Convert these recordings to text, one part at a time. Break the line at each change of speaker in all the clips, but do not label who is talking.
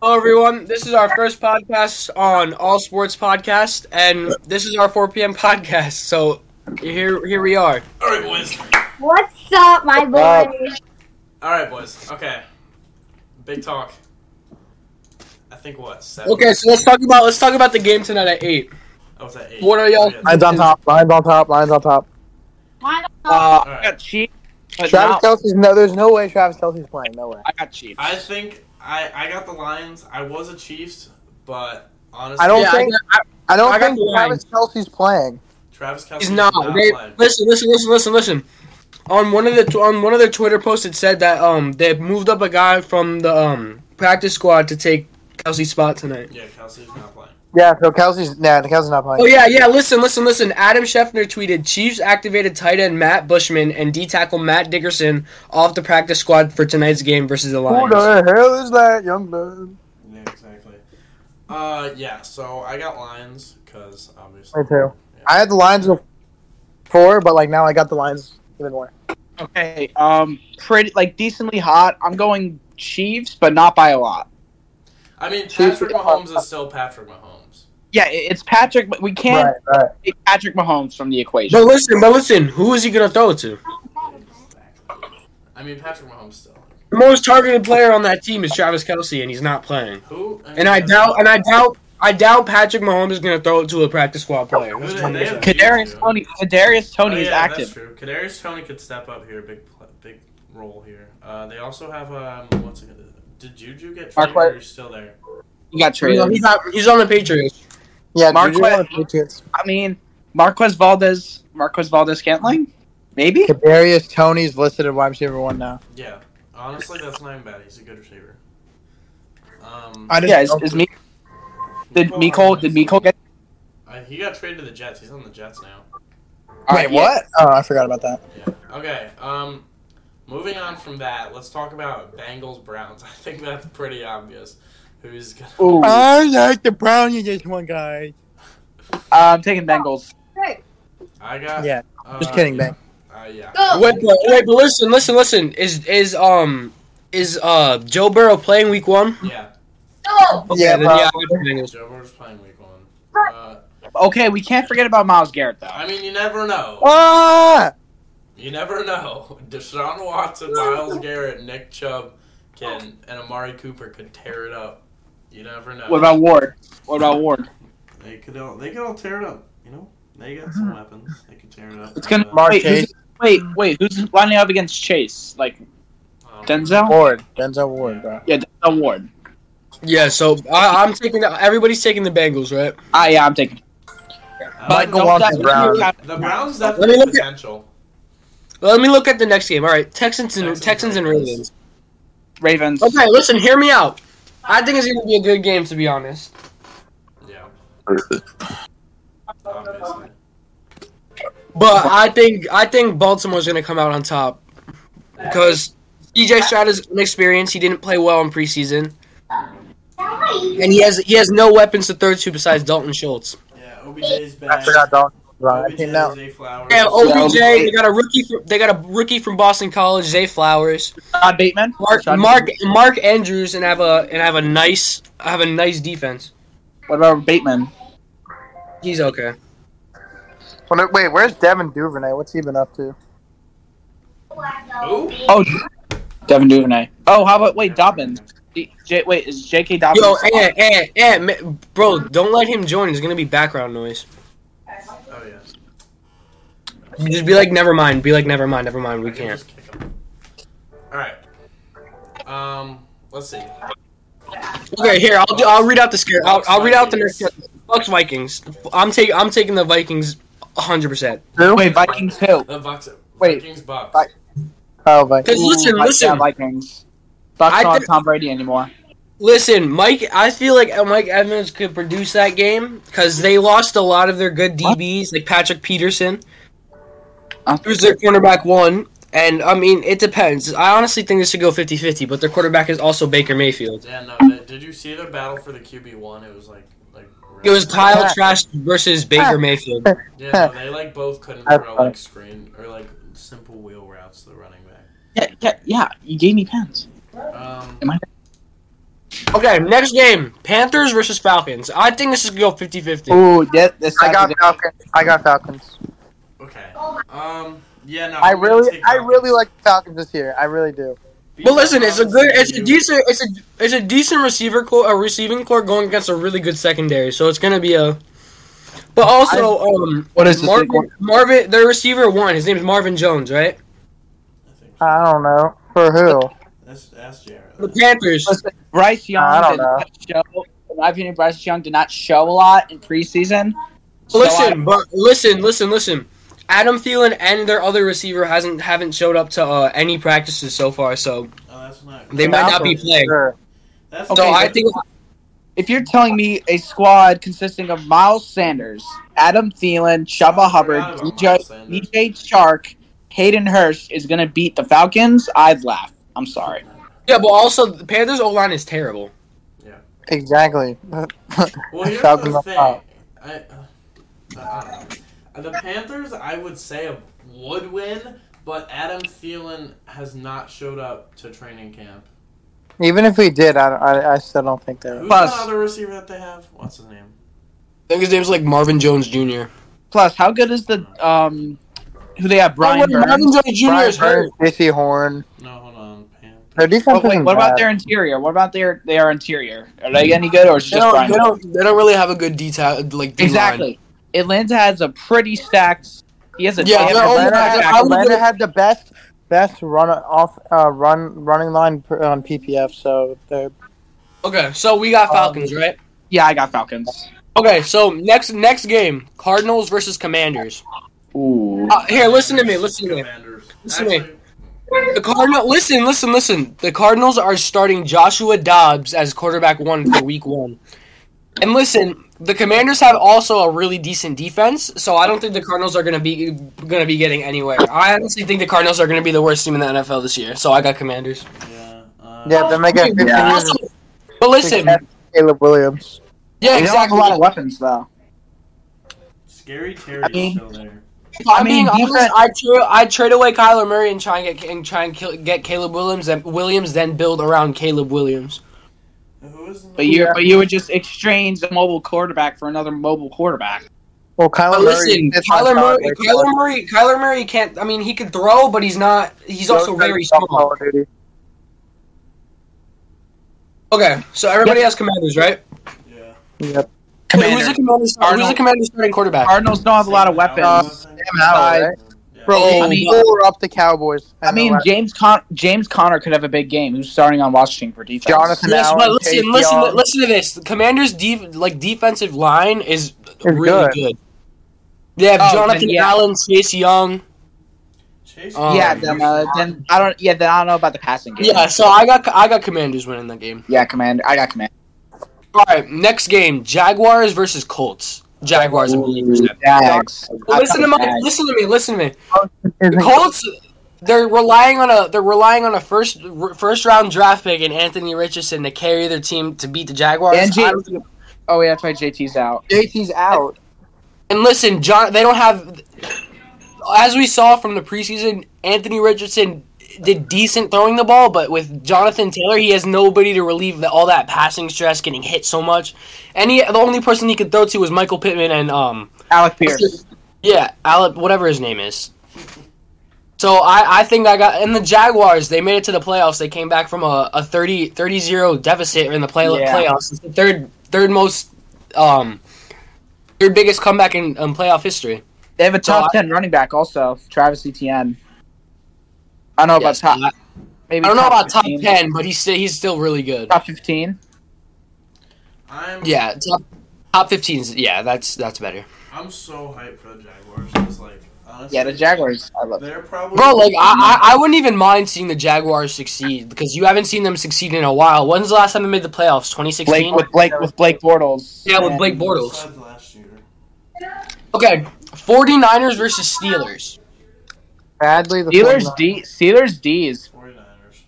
Hello, everyone. This is our first podcast on All Sports Podcast, and this is our 4 p.m. podcast. So here, here we are.
All right, boys.
What's up, my boy?
All right, boys. Okay. Big talk. I think what seven?
Okay, so let's talk about let's talk about the game tonight at eight.
I was at eight.
What are y'all-
Yeah.
Lines on top. Lines on top. Lines on top.
Mine are-
Uh,
Alright.
I got cheat. But
Travis
now,
Kelsey's no. There's no way Travis Kelsey's playing. No way.
I got cheat.
I think I I got the Lions. I was a Chiefs, but honestly,
I don't
Yeah,
think.
I-
I, don't
I got
think
the
Travis Kelsey's playing.
Travis Kelsey
He's
did
not. They,
play.
listen, listen, listen, listen, listen. On one of the tw- on one of their Twitter posts, it said that um they moved up a guy from the um practice squad to take Kelsey's spot tonight.
Yeah, Kelsey's not playing.
Yeah. So Kelsey's. Nah. Kelsey's not playing.
Oh yeah, yeah. Listen, listen, listen. Adam Scheffner tweeted: Chiefs activated tight end Matt Bushman and D tackle Matt Dickerson off the practice squad for tonight's game versus the
Who
Lions.
the hell is that young man?
Yeah, exactly. Uh, yeah. So I got Lions because obviously.
Me too. I had the lines before, but like now I got the lines even more.
Okay. Um, pretty like decently hot. I'm going Chiefs, but not by a lot.
I mean,
Chiefs-
Patrick Mahomes is still Patrick Mahomes.
Yeah, it- it's Patrick, but we can't
Right. Right.
take Patrick Mahomes from the equation.
But listen, but listen. Who is he gonna throw it to?
I mean, Patrick Mahomes still.
The most targeted player on that team is Travis Kelsey, and he's not playing.
Who?
And I doubt, and I doubt, I doubt Patrick Mahomes is gonna throw it to a practice squad player.
Who
That's
do
what I'm
they
saying.
have?
Kadarius Tony. Kadarius Tony
Oh,
is
yeah, That's
active.
true. Kadarius Tony could step up here, big pl- big role here. Uh, they also have um, what's it? Did Juju get traded?
Marquette.
Or you still there?
You got
You know,
traded.
he's, not, he's on the Patriots.
Yeah.
Marquez-
Juju on the Patriots.
I mean, Marquez Valdez. Marquez Valdez Scantling. Maybe.
Kadarius Tony's listed at wide receiver one now.
Yeah. Honestly, that's not even bad. He's a good receiver. Um,
I just
Yeah. Is, is me? Did Miko? Did Miko get?
Uh, he got traded to the Jets. He's on the Jets now.
All
Wait,
right, yeah.
what? Oh, I forgot about that.
Yeah. Okay. Um, moving on from that, let's talk about Bengals Browns. I think that's pretty obvious. Who's gonna?
Ooh,
I like the brownie this one, guy.
I'm taking Bengals.
Hey,
I got.
Yeah,
uh,
Just kidding, man.
Uh, yeah.
Go.
Wait, but, wait, but listen, listen, listen. Is is um is uh Joe Burrow playing Week One?
Yeah.
go.
Yeah,
then,
bro.
yeah. I'm playing Bengals.
Joe Burrow's playing Week One. Uh,
Okay, we can't forget about Miles Garrett though.
I mean, you never know.
Ah!
You never know. Deshaun Watson, Miles Garrett, Nick Chubb, can and Amari Cooper could tear it up. You never know.
What about Ward? What about Ward?
they could all they could all tear it up. You know, they got some weapons. They could tear it up.
It's gonna
Mark
wait, who's-
Chase.
Wait, wait, who's lining up against Chase? Like
Um,
Denzel?
Ward. Denzel Ward, bro.
Yeah, Denzel Ward.
Yeah, so I, I'm taking the, everybody's taking the Bengals, right?
Ah, yeah, I'm taking.
uh,
Michael
don't-
Walker
don't-
Brown.
The Browns
Let me
definitely
look at-
potential.
Well, let me look at the next game. All right, Texans and
Texans,
Texans and
Ravens.
Ravens.
Ravens.
Okay, listen, hear me out. I think it's gonna be a good game, to be honest.
Yeah. Obviously.
But I think I think Baltimore's gonna come out on top because DJ Stroud is inexperienced. He didn't play well in preseason,
Daddy.
and he has he has no weapons to third two besides Dalton Schultz.
Yeah. OBJ's back.
I forgot Dalton. Bro. I
OBJ,
came out.
Zay Flowers.
They have OBJ.
Yeah,
They got a rookie. From, they got a rookie from Boston College, Zay Flowers,
Rashad Bateman.
Mark
Rashad
Mark
Bateman.
Mark Andrews, and have a and have a nice have a nice defense.
What about Bateman?
He's okay.
When- Wait, where's Devin Duvernay? What's he been up to?
Who?
Oh, Devin Duvernay. Oh, how about wait Dobbins? D- J- wait, is J.K. Dobbins?
Yo, and and and ma- bro, don't let him join. It's gonna be background noise.
Oh yeah.
Just be like, never mind. Be like, never mind, never mind. We
I can
can't.
just kick him. All right. Um. Let's see.
Okay, here I'll do, I'll read out the scare. I'll, I'll read out the next. Bucks Vikings. I'm taking I'm taking the Vikings 100. percent
wait Vikings
Oh.
who?
The Bucks.
Wait.
Vikings Bucks.
Bucks. Oh, but
Because listen,
Ooh, Vi- yeah,
listen,
Vikings. Bucks
I
don't have
think-
Tom Brady anymore.
listen, Mike. I feel like Mike Evans could produce that game because they lost a lot of their good
What?
DBs, like Patrick Peterson,
Uh,
who's their cornerback one. And I mean, it depends. I honestly think this should go 50-50, but their quarterback is also Baker Mayfield.
Yeah, no. They, did you see their battle for the QB one? It was like, like.
It was Kyle
Yeah.
Trask versus Baker Mayfield.
Yeah, no, they like both couldn't
That's
throw
fun.
like screen or like simple wheel routes to the running back.
yeah, yeah, yeah. You gave me pens.
Um,
Am I-
Okay, next game Panthers versus Falcons. I think this is going to go 50 50.
Ooh, yeah, this
I got
Saturday.
Falcons. I got Falcons.
Okay. Um. Yeah. No.
I
I'm gonna
really,
take
I
Falcons.
really like the Falcons this year. I really do.
But listen, it's a good, it's a
You-
decent, it's a it's a decent receiver core, a receiving core going against a really good secondary. So it's gonna be a. But also, um,
What is this?
Marvin, Marvin, their receiver one, his name's Marvin Jones, right?
I think
Uh,
so.
I don't know for who.
That's that's Jared.
The Panthers.
Listen, Bryce Young
I don't
did not show. In my opinion, Bryce Young did not show a lot in preseason. So I-
Listen, but listen, listen, listen. Adam Thielen and their other receiver hasn't haven't showed up to uh, any practices so far, so
Oh, that's not.
they might not be
Falcons,
playing.
sure.
That's
so
Okay,
I
but-
think
if you're telling me a squad consisting of Miles Sanders, Adam Thielen,
Oh, I
Chuba
forgot
Hubbard,
about
DJ,
Miles Sanders.
DJ Chark, Hayden Hurst is going to beat the Falcons, I'd laugh. I'm sorry.
yeah, but also the Panthers O line is terrible.
Exactly.
Well, here's
Falcons
the
up
thing. I,
top.
uh, I don't know. Uh, The Panthers, I would say, would win, but Adam Thielen has not showed up to training camp.
Even if we did, I, I, I still don't think they're.
Who's
Plus-
the other receiver that they have? What's his name?
I think his name's like Marvin Jones Jr.
Plus, how good is the um who they have
Oh,
Brian
wait, Marvin
Burns?
Jones Jr.
Brian
is hurt.
Burns, JC Horn.
No, hold on. Panthers.
Their defense
Oh, wait,
isn't
what about
bad.
their interior? What about their their interior? Are they any good or is it
They
just
don't,
Brian?
they
Burns?
don't. They don't really have a good detail. Like D Line.
Exactly. Atlanta has a pretty stacked. He has a
Yeah, they're
damn good
only-
Atlanta,
attack.
they're
had,
probably
Oh, Atlanta
gonna-
had the best best run off uh, run running line per, on PPF, so they're
Okay, so we got
Um,
Falcons, right?
Yeah, I got Falcons.
Okay, so next next game, Cardinals versus Commanders.
Ooh.
Uh, here, listen to me. Listen to me.
Commanders.
Listen to me.
Actually,
The Cardinal. Listen, listen, listen. The Cardinals are starting Joshua Dobbs as quarterback one for Week One. And listen, the Commanders have also a really decent defense, so I don't think the Cardinals are gonna be gonna be getting anywhere. I honestly think the Cardinals are gonna be the worst team in the NFL this year. So I got Commanders.
Yeah. Uh,
yeah they're making fifteen years.
Also- But listen,
Caleb Williams.
yeah,
They don't have a
exactly.
lot of weapons though.
Scary
I
Terry's
mean-
still there.
If I'm
I mean,
being honest,
defense-
I trade I trade away Kyler Murray and try and get and try and kill, get Caleb Williams and Williams, then build around Caleb Williams.
Who is the
But you
Yeah.
but you would just exchange a mobile quarterback for another mobile quarterback.
Well, Kyler
But listen,
Murray. fits on
Kyler Murray,
target.
Kyler Murray, Kyler Murray can't. I mean, he could throw, but he's not. He's also very small.
Call of Duty.
Okay, so everybody has commanders, right?
Yeah.
Yep.
Wait, Who's the commander? Who's the
Arnold.
commander starting quarterback?
Cardinals don't have a lot of weapons.
Uh, Howell, right?
Yeah.
Bro,
Oh,
I
I mean-
four up the Cowboys.
I mean, James Con- James Connor could have a big game. Who's starting on Washington for defense?
Jonathan
Yes,
Allen,
but listen,
Chase
listen,
Young.
listen to this. The commander's def- like defensive line is really
good.
good. They have
Oh,
Jonathan
then, yeah.
Allen, Chase Young.
Chase
Um,
yeah,
Young.
then, uh, then I don't. Yeah, then I don't know about the passing game.
Yeah, so I got I got commanders winning the game.
yeah, Commander. I got Commander.
All right, next game: Jaguars versus Colts. Jaguars and Believers.
Jags. I
Listen to
got
me.
Jags.
Listen to me. Listen to me.
Isn't-
The Colts. They're relying on a they're relying on a first first round draft pick and Anthony Richardson to carry their team to beat the Jaguars.
And J-
I don't-
oh yeah, that's right. JT's out.
JT's out.
and listen, John, they don't have. As we saw from the preseason, Anthony Richardson did decent throwing the ball, but with Jonathan Taylor, he has nobody to relieve the, all that passing stress, getting hit so much. And he, the only person he could throw to was Michael Pittman and um
Alec Pierce.
Yeah, Alec, whatever his name is. So I, I think I got and the Jaguars. They made it to the playoffs. They came back from a, a 30 30-0 deficit in the play,
Yeah.
playoffs. It's the third third most um third biggest comeback in, in playoff history.
They have a
So
top
I-
ten running back also. Travis Etienne. I don't know
Yes,
about top.
I,
Maybe
I don't know about top
15.
ten, but he's still he's still really good.
Top fifteen.
I'm
Yeah, top top 15's Yeah, that's that's better,
I'm so hyped for the Jaguars. It's like honestly,
Yeah, the Jaguars. I love.
They're probably
bro. Like I, I I wouldn't even mind seeing the Jaguars succeed because you haven't seen them succeed in a while. When's the last time they made the playoffs? Twenty
Blake
sixteen.
with Blake with Blake Bortles.
Yeah, with
And-
Blake Bortles.
Besides last year.
Okay, 49ers versus Steelers.
Badly. The
Steelers
49ers.
D. Steelers D is
49ers.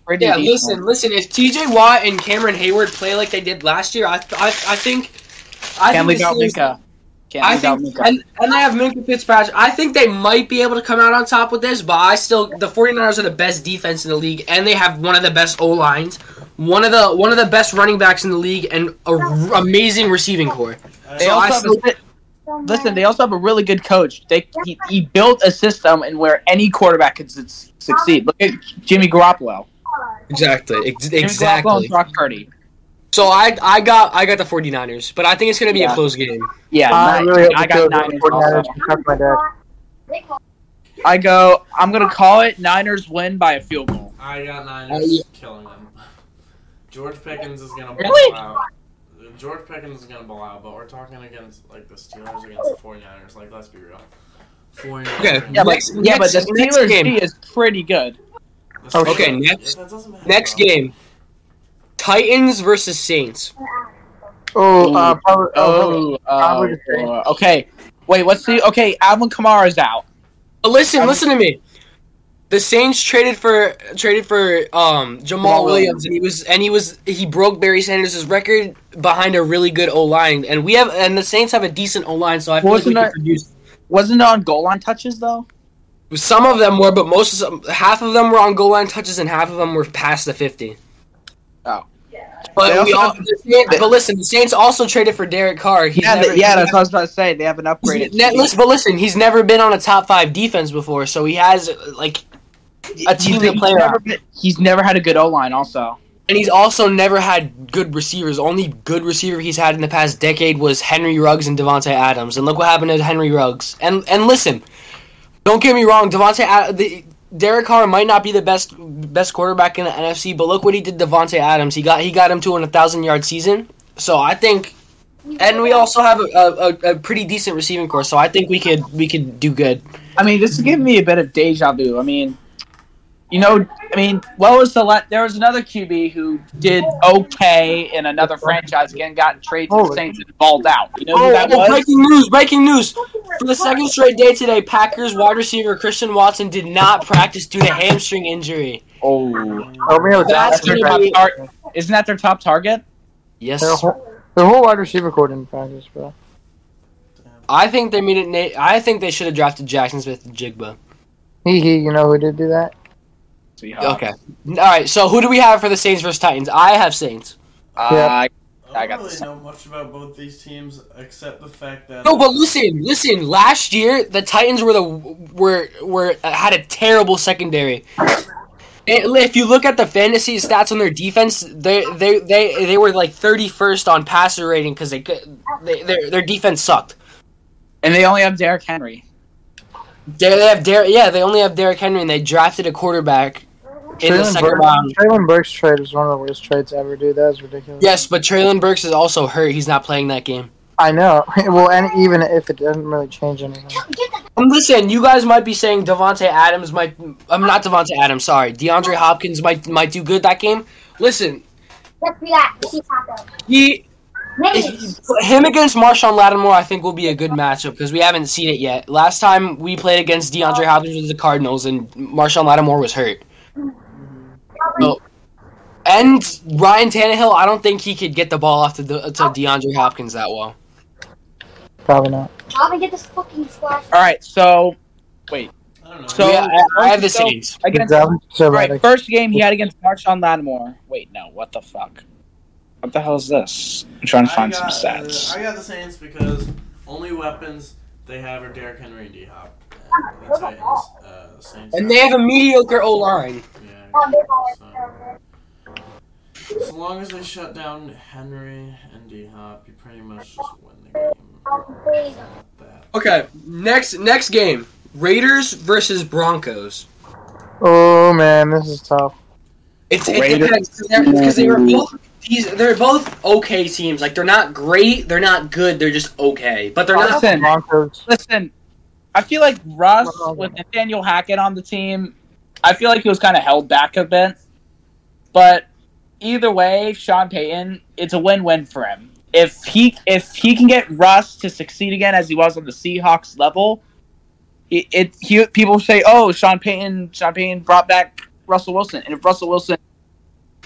pretty.
Yeah,
decent.
listen, listen. If TJ Watt and Cameron Hayward play like they did last year, I I, I think I
Canley
think the Steelers,
Minka. Can't
I
leave out
think,
Minka.
and, and they have Minka Fitzpatrick. I think they might be able to come out on top with this, but I still the 49ers are the best defense in the league, and they have one of the best O lines, one of the one of the best running backs in the league, and a r- amazing receiving core.
They
So I
also have a
still-
bit- listen. They also have a really good coach. They he, he built a system in where any quarterback could su- succeed. Look at Jimmy Garoppolo.
Exactly, ex-
Jimmy Garoppolo and Brock Purdy.
So I I got I got the 49ers, but I think it's gonna be a
Yeah.
close game.
Yeah,
I
nine.
really hope
I
the Bills
got
and
nine.
49ers can cover my deck.
I go. I'm gonna call it Niners win by a field goal.
I got nine.
Oh, yeah.
killing them. George Pickens is gonna
Really?
blow out. George Pickens is gonna blow out, but we're talking against like the Steelers against the 49ers. Like, let's be real. 49ers.
Okay.
Yeah, but
Next-
yeah, but the
next- next
Steelers
game.
D is pretty good.
The Steelers-
Okay, next-
that doesn't matter,
Next
bro.
game, Titans versus Saints.
Oh, uh, probably, oh,
Oh,
I
oh,
would agree.
oh, okay. Wait, what's the okay? Alvin Kamara's out.
But Uh, listen,
I'm-
listen to me. The Saints traded for traded for um, Jamal
Jamal
Williams, and he was and he was he broke Barry Sanders' record behind a really good O line, and we have and the Saints have a decent O line, so I feel like we
Wasn't
can
that-
produce.
Wasn't it on goal line touches though?
Some of them were, but most of some, half of them were on goal line touches, and half of them were past the fifty.
Oh. They
But we
also
all,
have-
the Saints- but listen, the Saints also traded for Derek Carr. He's
yeah,
never,
they- yeah, that's what I was about to say. They haven't
he's
upgraded.
ne- listen, but listen, he's never been on a top five defense before, so he has like a team to play
never,
around.
been- he's never had a good O line. Also,
And he's also never had good receivers. Only good receiver he's had in the past decade was Henry Ruggs and Devontae Adams. And look what happened to Henry Ruggs. And and listen, don't get me wrong, Devontae Ad- the, Derek Carr might not be the best best quarterback in the NFC, but look what he did to Devontae Adams. He got he got him to an 1000 yard season. So I think and we also have a, a, a- a pretty decent receiving core, so I think we could we could do good.
I mean, this is giving me a bit of deja vu. I mean, you know, I mean, what was the la- there was another QB who did okay in another franchise again, got traded to the
Holy-
Saints and balled out. You know who
Oh,
that
oh,
was?
breaking news! Breaking news! For the second straight day today, Packers wide receiver Christian Watson did not practice due to hamstring injury.
Oh,
oh, we have a
That's
that's
their
pretty
top
big.
tar- isn't that their top target?
Yes,
their whole, their whole wide receiver core didn't practice, bro.
I think they made it. Na- I think they should have drafted Jackson Smith and Jigba.
Hee hee, you know who did do that?
Sweetheart.
Okay. All right. So who do we have for the Saints versus Titans? I have Saints.
Uh,
I
I
don't
got
really
this.
know much about both these teams except the fact that
No, but listen, listen. Last year, the Titans were the were were uh, had a terrible secondary. And If you look at the fantasy stats on their defense, they they they, they were like thirty first on passer rating because they, could- they their their defense sucked.
and they only have Derrick Henry.
They they have Der- yeah, they only have Derrick Henry, and they drafted a quarterback in the
Traylon
second
Burks-
round.
Traylon Burks trade was one of the worst trades ever, dude. That was ridiculous.
Yes, but Traylon Burks is also hurt. He's not playing that game.
I know. well, and even if it doesn't really change anything,
Um, listen, you guys might be saying Devonte Adams might. I'm not Devonte Adams. Sorry, DeAndre Hopkins might might do good that game. Listen,
Let's do that. Cheese taco.
he
Maybe.
if, him against Marshawn Lattimore, I think will be a good matchup because we haven't seen it yet. Last time we played against DeAndre Hopkins with the Cardinals, and Marshawn Lattimore was hurt. No. And Ryan Tannehill, I don't think he could get the ball off to, the, to DeAndre Hopkins that well.
probably not.
I'm gonna get this fucking squash.
All right, so
I don't know.
So-
yeah, I, I have the
so-
Saints.
against
That was so
All right,
bad.
first game he had against Marshawn Lattimore. Wait, no, what the fuck? What the hell is this? I'm trying to
I
find some
got, uh,
stats.
I got the Saints because only weapons they have are Derrick Henry and D Hop. And the Titans, uh, Saints
And they have a mediocre O line.
Yeah,
Oh, they're all
so, as long as they shut down Henry and D Hop, you pretty much just win the game.
Please.
That.
Okay, next next game. Raiders versus Broncos.
Oh man, this is tough.
It's it
Raiders.
depends because they were both these they're both okay teams. Like they're not great, they're not good, they're just okay. But they're not
Listen,
Broncos.
listen. I feel like Russ with Nathaniel Hackett on the team. I feel like he was kind of held back a bit, but either way, Sean Payton, it's a win-win for him. If he if he can get Russ to succeed again as he was on the Seahawks level, it, it he, people say, "Oh, Sean Payton, Sean Payton brought back Russell Wilson," and if Russell Wilson,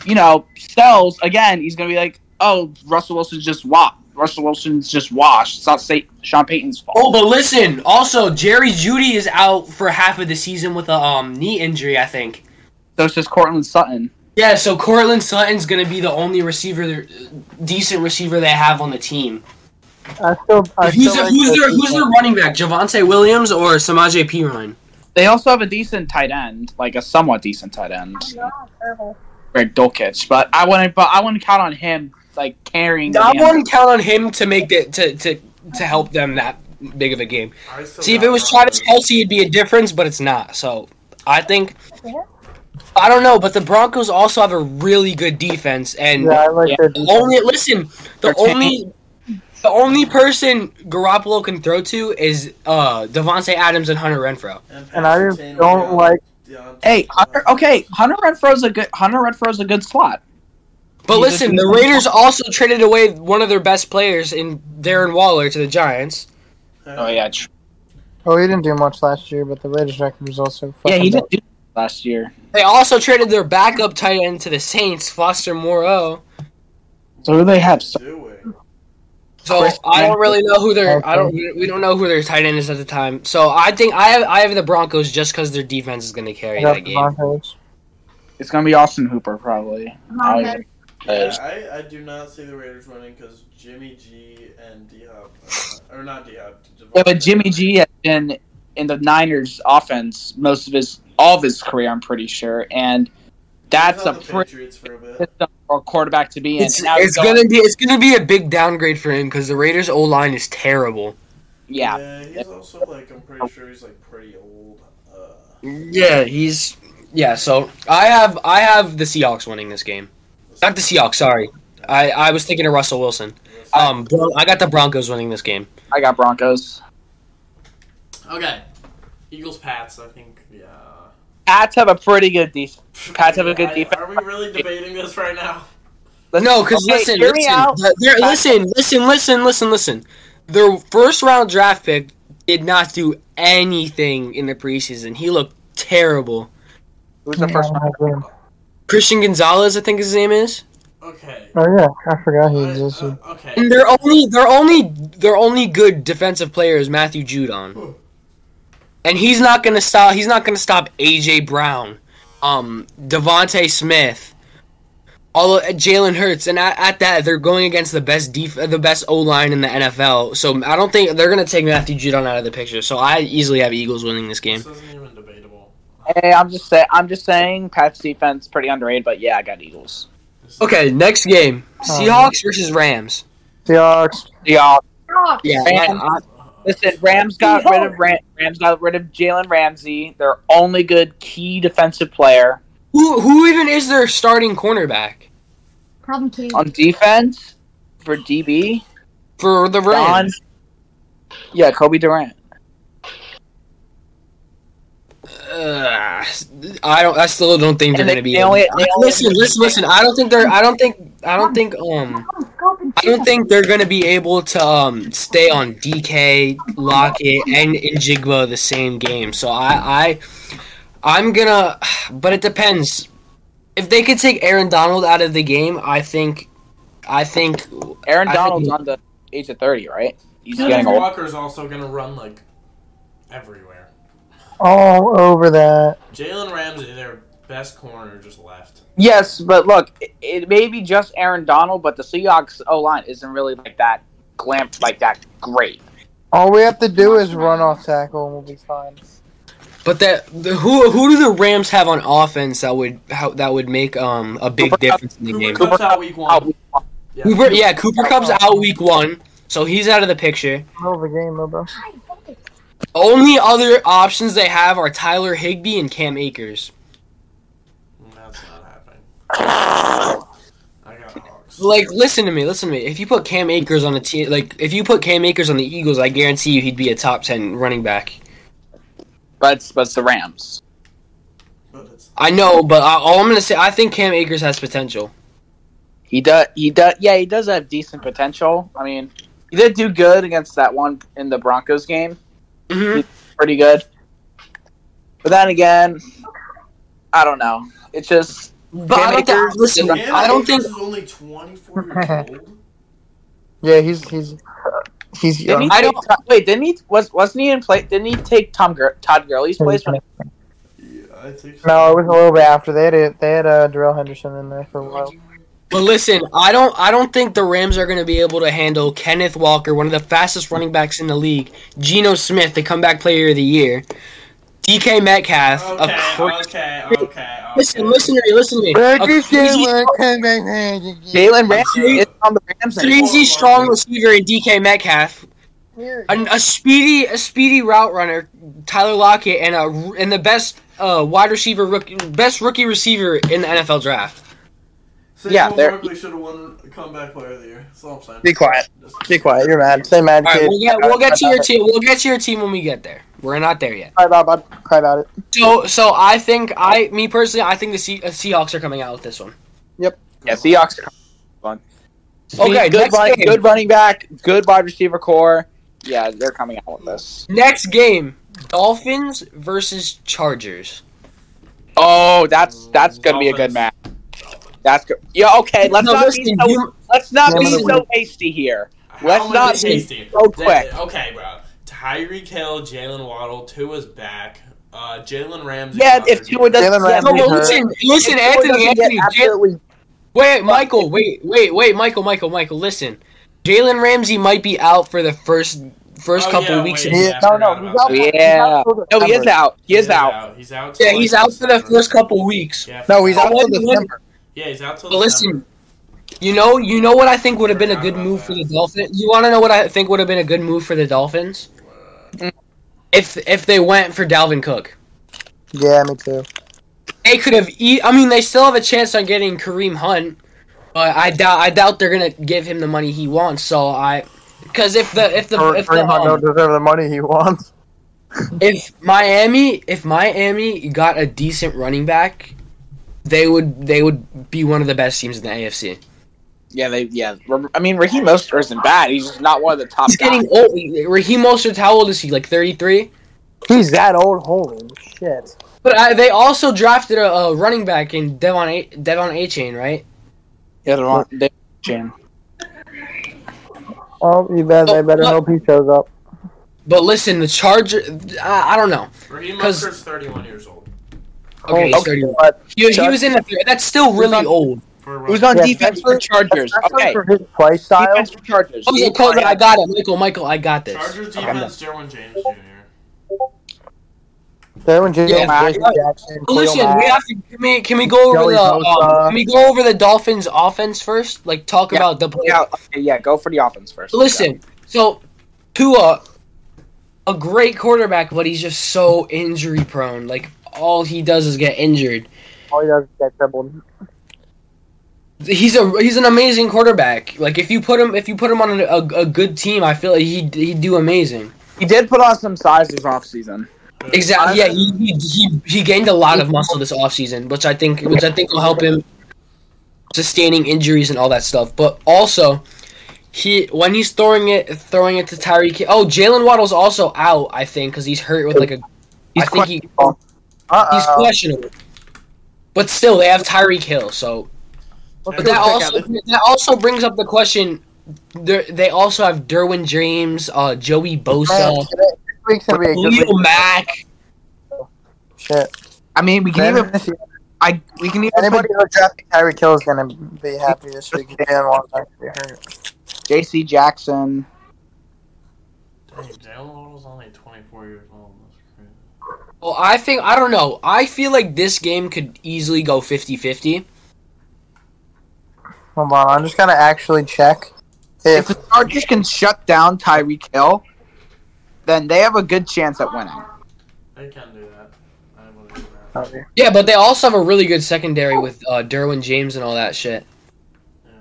you know, sells again, he's gonna be like, "Oh, Russell Wilson's just wop." Russell Wilson's just washed. It's not Sa- Sean Payton's fault.
Oh, but listen. Also, Jerry Judy is out for half of the season with a um, knee injury, I think.
So it's just Cortland Sutton.
Yeah, so Cortland Sutton's going to be the only receiver, uh, decent receiver they have on the team.
I still. I
Who's,
still like
who's
the
their Who's their
defense.
running back? Javante Williams or Samaje Perine?
They also have a decent tight end, like a somewhat decent tight end, Greg Dulcich. But I wouldn't. But I wouldn't count on him like carrying. the
I
damn-
wouldn't count on him to make that to, to to help them that big of a game.
I still
See, if
got
it was Travis
Rodgers.
Kelsey, it'd be a difference, but it's not. So I think I don't know, but the Broncos also have a really good defense, and
Yeah, I like
Yeah.
their
the
defense.
only listen, the
Their team-
only the only person Garoppolo can throw to is uh Devontae Adams and Hunter Renfro.
And I just don't like.
Deontay
Hey, Hunter, okay, Hunter Renfro's a good Hunter Renfro's a good slot.
But
He's
listen,
a-
the Raiders also traded away one of their best players in Darren Waller to the Giants.
Oh yeah, tr-
Oh, he didn't do much last year, but the Raiders' record was also.
yeah,
fucking
he
bad.
didn't do that last year.
They also traded their backup tight end to the Saints, Foster Moreau.
So who they have? So-
Doing.
So
Chris
I don't really know who their I don't
Okay.
we don't know who their tight end is at the time. So I think I have I have the Broncos just because their defense is going to
I
carry
got
that
the
game.
Broncos.
It's gonna be Austin Hooper probably. Uh,
Yeah, I, I do not see the Raiders winning because Jimmy G and D Hop, or not D Hop.
Yeah, but Jimmy G has been in the Niners offense most of his all of his career, I'm pretty sure, and that's a
the
pretty
Patriots for a
good
bit.
quarterback to be in.
It's,
And now he's
it's
going-
gonna be it's gonna be a big downgrade for him because the Raiders O line is terrible.
yeah.
he's also like I'm pretty sure he's like pretty old. Uh,
Yeah, he's yeah. So I have I have the Seahawks winning this game. Not the Seahawks. Sorry, I I was thinking of Russell Wilson.
Uh,
Um, Bron- I got the Broncos winning this game.
I got Broncos.
okay, Eagles Pats. I think yeah.
Pats have a pretty good defense. Pats have a good
I-
defense.
Are we really debating this right now?
No, because
Okay,
listen,
hear
listen,
me out.
the- their- listen, listen, listen, listen, listen. Their first round draft pick did not do anything in the preseason. He looked terrible.
Who's the first one?
round?
Christian Gonzalez, I think his name is.
Okay.
Oh yeah, I forgot he
I-
existed.
uh, okay.
And their only, their only, their only good defensive player is Matthew Judon, and he's not gonna stop. He's not gonna stop AJ Brown, um, Devonte Smith, all Jalen Hurts, and at, at that they're going against the best def- the best O line in the NFL. So I don't think they're gonna take Matthew Judon out of the picture. So I easily have Eagles winning this game.
This isn't even debatable.
Hey, I'm just saying. I'm just saying. Pats defense pretty underrated, but yeah, I got Eagles.
This is-
Okay, next game:
Um,
Seahawks versus Rams.
Seahawks.
Yeah.
Yeah,
Rams.
I- I-
uh,
Listen, Rams got rid of Ram, Rams got rid of Jalen Ramsey, their only good key defensive player
who who even is their starting cornerback
Problem two.
on defense for DB.
for the Rams?
Don, yeah, Kobe Durant.
Uh, I don't. I still don't think they're
And they-
going to be.
they only- they
I-
only-
listen, listen, listen. I don't think they're. I don't think. I don't think. Um. I don't think they're going to be able to um stay on DK, Lockett, and Njigba the same game. So I, I, I'm gonna. But it depends. If they could take Aaron Donald out of the game, I think. I think.
Aaron
I think
Donald's
he-
on the age of thirty, right? He's
Kenneth
getting old.
Walker's also gonna run like everywhere.
All over that.
Jalen Ramsey, their best corner, just left.
Yes, but look, it, it may be just Aaron Donald, but the Seahawks O line isn't really like that glam, like that great.
All we have to do is run off tackle and we'll be fine.
But that the, who who do the Rams have on offense that would how, that would make um a big difference in the
Cooper
game?
Cup's out week one.
Out-
Yeah.
Cooper, yeah, Cooper Cup's out week one, so he's out of the picture.
Middle of the game, though, bro.
Only other options they have are Tyler Higbee and Cam Akers.
That's not happening. I got Hawks.
Like, listen to me, listen to me. If you put Cam Akers on the team, like if you put Cam Akers on the Eagles, I guarantee you he'd be a top ten running back.
But it's- but it's the Rams.
But it's
I know, but I, all I'm gonna say, I think Cam Akers has potential.
He does. He does. Yeah, he does have decent potential. I mean, he did do good against that one in the Broncos game. Mm-hmm.
hmm
Pretty good. But then again, I don't know. It's just
But I
Cam
don't, thi-
Akers-
listen,
Cam
I don't think
Akers is only 24 years old.
Yeah, he's he's he's
Didn't
young.
he
I
take
don't-
Tom- wait, didn't he was wasn't he in play? Didn't he take Tom Gur- Todd Gurley's place when
Yeah, I think so.
No, it was a little bit after they had they had uh, Darrell Henderson in there for a while.
But listen, I don't I don't think the Rams are going to be able to handle Kenneth Walker, one of the fastest running backs in the league, Geno Smith, the comeback player of the year, DK Metcalf,
Okay,
a cra-
okay, okay, okay.
Listen, listen to me, listen to me. A
Oh,
crazy,
Jalen Ramsey is on the Rams? anymore?
crazy strong receiver in DK Metcalf, an, a speedy a speedy route runner, Tyler Lockett, and a and the best uh, wide receiver rookie, best rookie receiver in the NFL draft.
Yeah,
Saquon
they're-
Barkley should have won comeback player of the year. That's all I'm saying.
Be quiet.
Just-
Be quiet. You're mad. Say mad,
All right,
kid.
we'll get we'll get to your team. We'll get to your team when we get there. We're not there yet.
Cry about, bud. cry about it.
So, so I think I, me personally, I think the Se- uh, Seahawks are coming out with this one.
Yeah, Seahawks. Are fun.
Okay,
good,
next
run-
game.
good running back, good wide receiver core. Yeah, they're coming out with this.
Next game, Dolphins versus Chargers.
Oh, that's that's gonna be a
Dolphins.
good match. That's good. Yeah, okay. Let's
No,
not
listen,
be so
you-
let's not be
Listen.
so hasty here.
How
Let's
am I
not
being
be
hasty?
so
They-
quick.
okay, bro. Tyreek Hill, Jalen Waddle, Tua's back. Uh, Jalen Ramsey.
Yeah,
got
if
their
Tua
game.
doesn't,
Jalen
yeah,
no,
Ramsey
but
if
hurt.
listen, listen,
Tua doesn't
Anthony,
get
Anthony. Jalen-
absolutely
wait, Michael, wait, wait, wait, Michael, Michael, Michael. Listen, Jalen Ramsey might be out for the first first
Oh,
couple
yeah,
weeks.
wait,
of-
Yeah,
I
no,
forgot
no,
about
he's out-
that.
he's out till
Oh, Yeah. No, he is
December.
out. He is out.
He's out.
Yeah,
till,
he's
like,
out for the
December.
first couple weeks.
Yeah,
No, he's out
How
till
do you-
December.
Yeah, he's out till.
But listen,
December.
you know, you know what I think would have been a good
Forgot
move
about
for the
that.
Dolphins. You want to know what I think would have been a good move for the Dolphins? If if they went for Dalvin Cook.
Yeah, me too.
they could have. E- I mean, they still have a chance on getting Kareem Hunt, but I doubt. I doubt they're gonna give him the money he wants. So I, because if the if the if, the, um,
Fremont don't deserve the money he wants.
if Miami if Miami got a decent running back, they would they would be one of the best teams in the AFC.
Yeah, they. Yeah, Re- I mean, Raheem Mostert isn't bad. He's just not one of the top.
He's
guys.
getting old. Raheem Mostert, how old is he? Like thirty three.
He's that old. Holy shit.
But I, they also drafted a, a running back in Devon a- Devon A Chain, right?
Yeah, they're on- they're Jim.
Oh, you better, they better
Oh,
hope he shows up.
But listen, the Charger. I, I don't know.
Raheem
'cause-
Mostert's 31 years old.
Okay, he's
Okay,
31.
but
He, he was in the. Th- that's still really old.
For a
Who's
running
on
Yeah,
defense
that's-
for Chargers?
that's not
Okay,
for his play style.
defense for Chargers.
Oh, yeah, Cole, I got it, Michael. Michael, I got this.
back. Chargers defense, Derwin James Jr.
Derwin James,
Yeah,
Jason
I-
Jackson,
Well,
Khalil
listen,
Mack.
we have to. Can we, can we go over
Joey
the?
Bosa.
Um, can we go over the Dolphins' offense first? Like talk
Yeah.
about the. Play.
Yeah, okay, yeah, go for the offense first.
Listen, so Tua, a great quarterback, but he's just so injury prone. Like all he does is get injured.
All he does is get dribbled.
He's a he's an amazing quarterback. Like if you put him if you put him on a, a, a good team, I feel like he he'd do amazing.
he did put on some size this offseason.
Exactly. Yeah, he, he, he, he gained a lot of muscle this offseason, which I think which I think will help him sustaining injuries and all that stuff. But also, he when he's throwing it throwing it to Tyreek. Hill- Oh, Jalen Waddle's also out. I think because he's hurt with like a. I
He's
think he, he's
Uh-oh.
questionable. But still, they have Tyreek Hill. So,
But
Let's
but
go
that
check
also
out this-
that also brings up the question. There, they also have Derwin James, uh, Joey
Man,
Bosa,
today- this week's gonna be a good week.
Leo Mack.
Shit.
I mean, we
Man,
can even
this-
I we can even
Anybody who drafted Tyreek Hill is gonna be happy this week. He didn't want to be hurt.
put J.C. Jackson.
Dang, Jalen Waddle's only 24 years old. That's crazy.
Well, I think I don't know. I feel like this game could easily go 50-50.
Hold on, I'm just gonna actually check
If
if
the Chargers can shut down Tyreek Hill, then they have a good chance at winning.
They can do that. I believe that.
Okay.
Yeah, but they also have a really good secondary with uh, Derwin James and all that shit.
Yeah.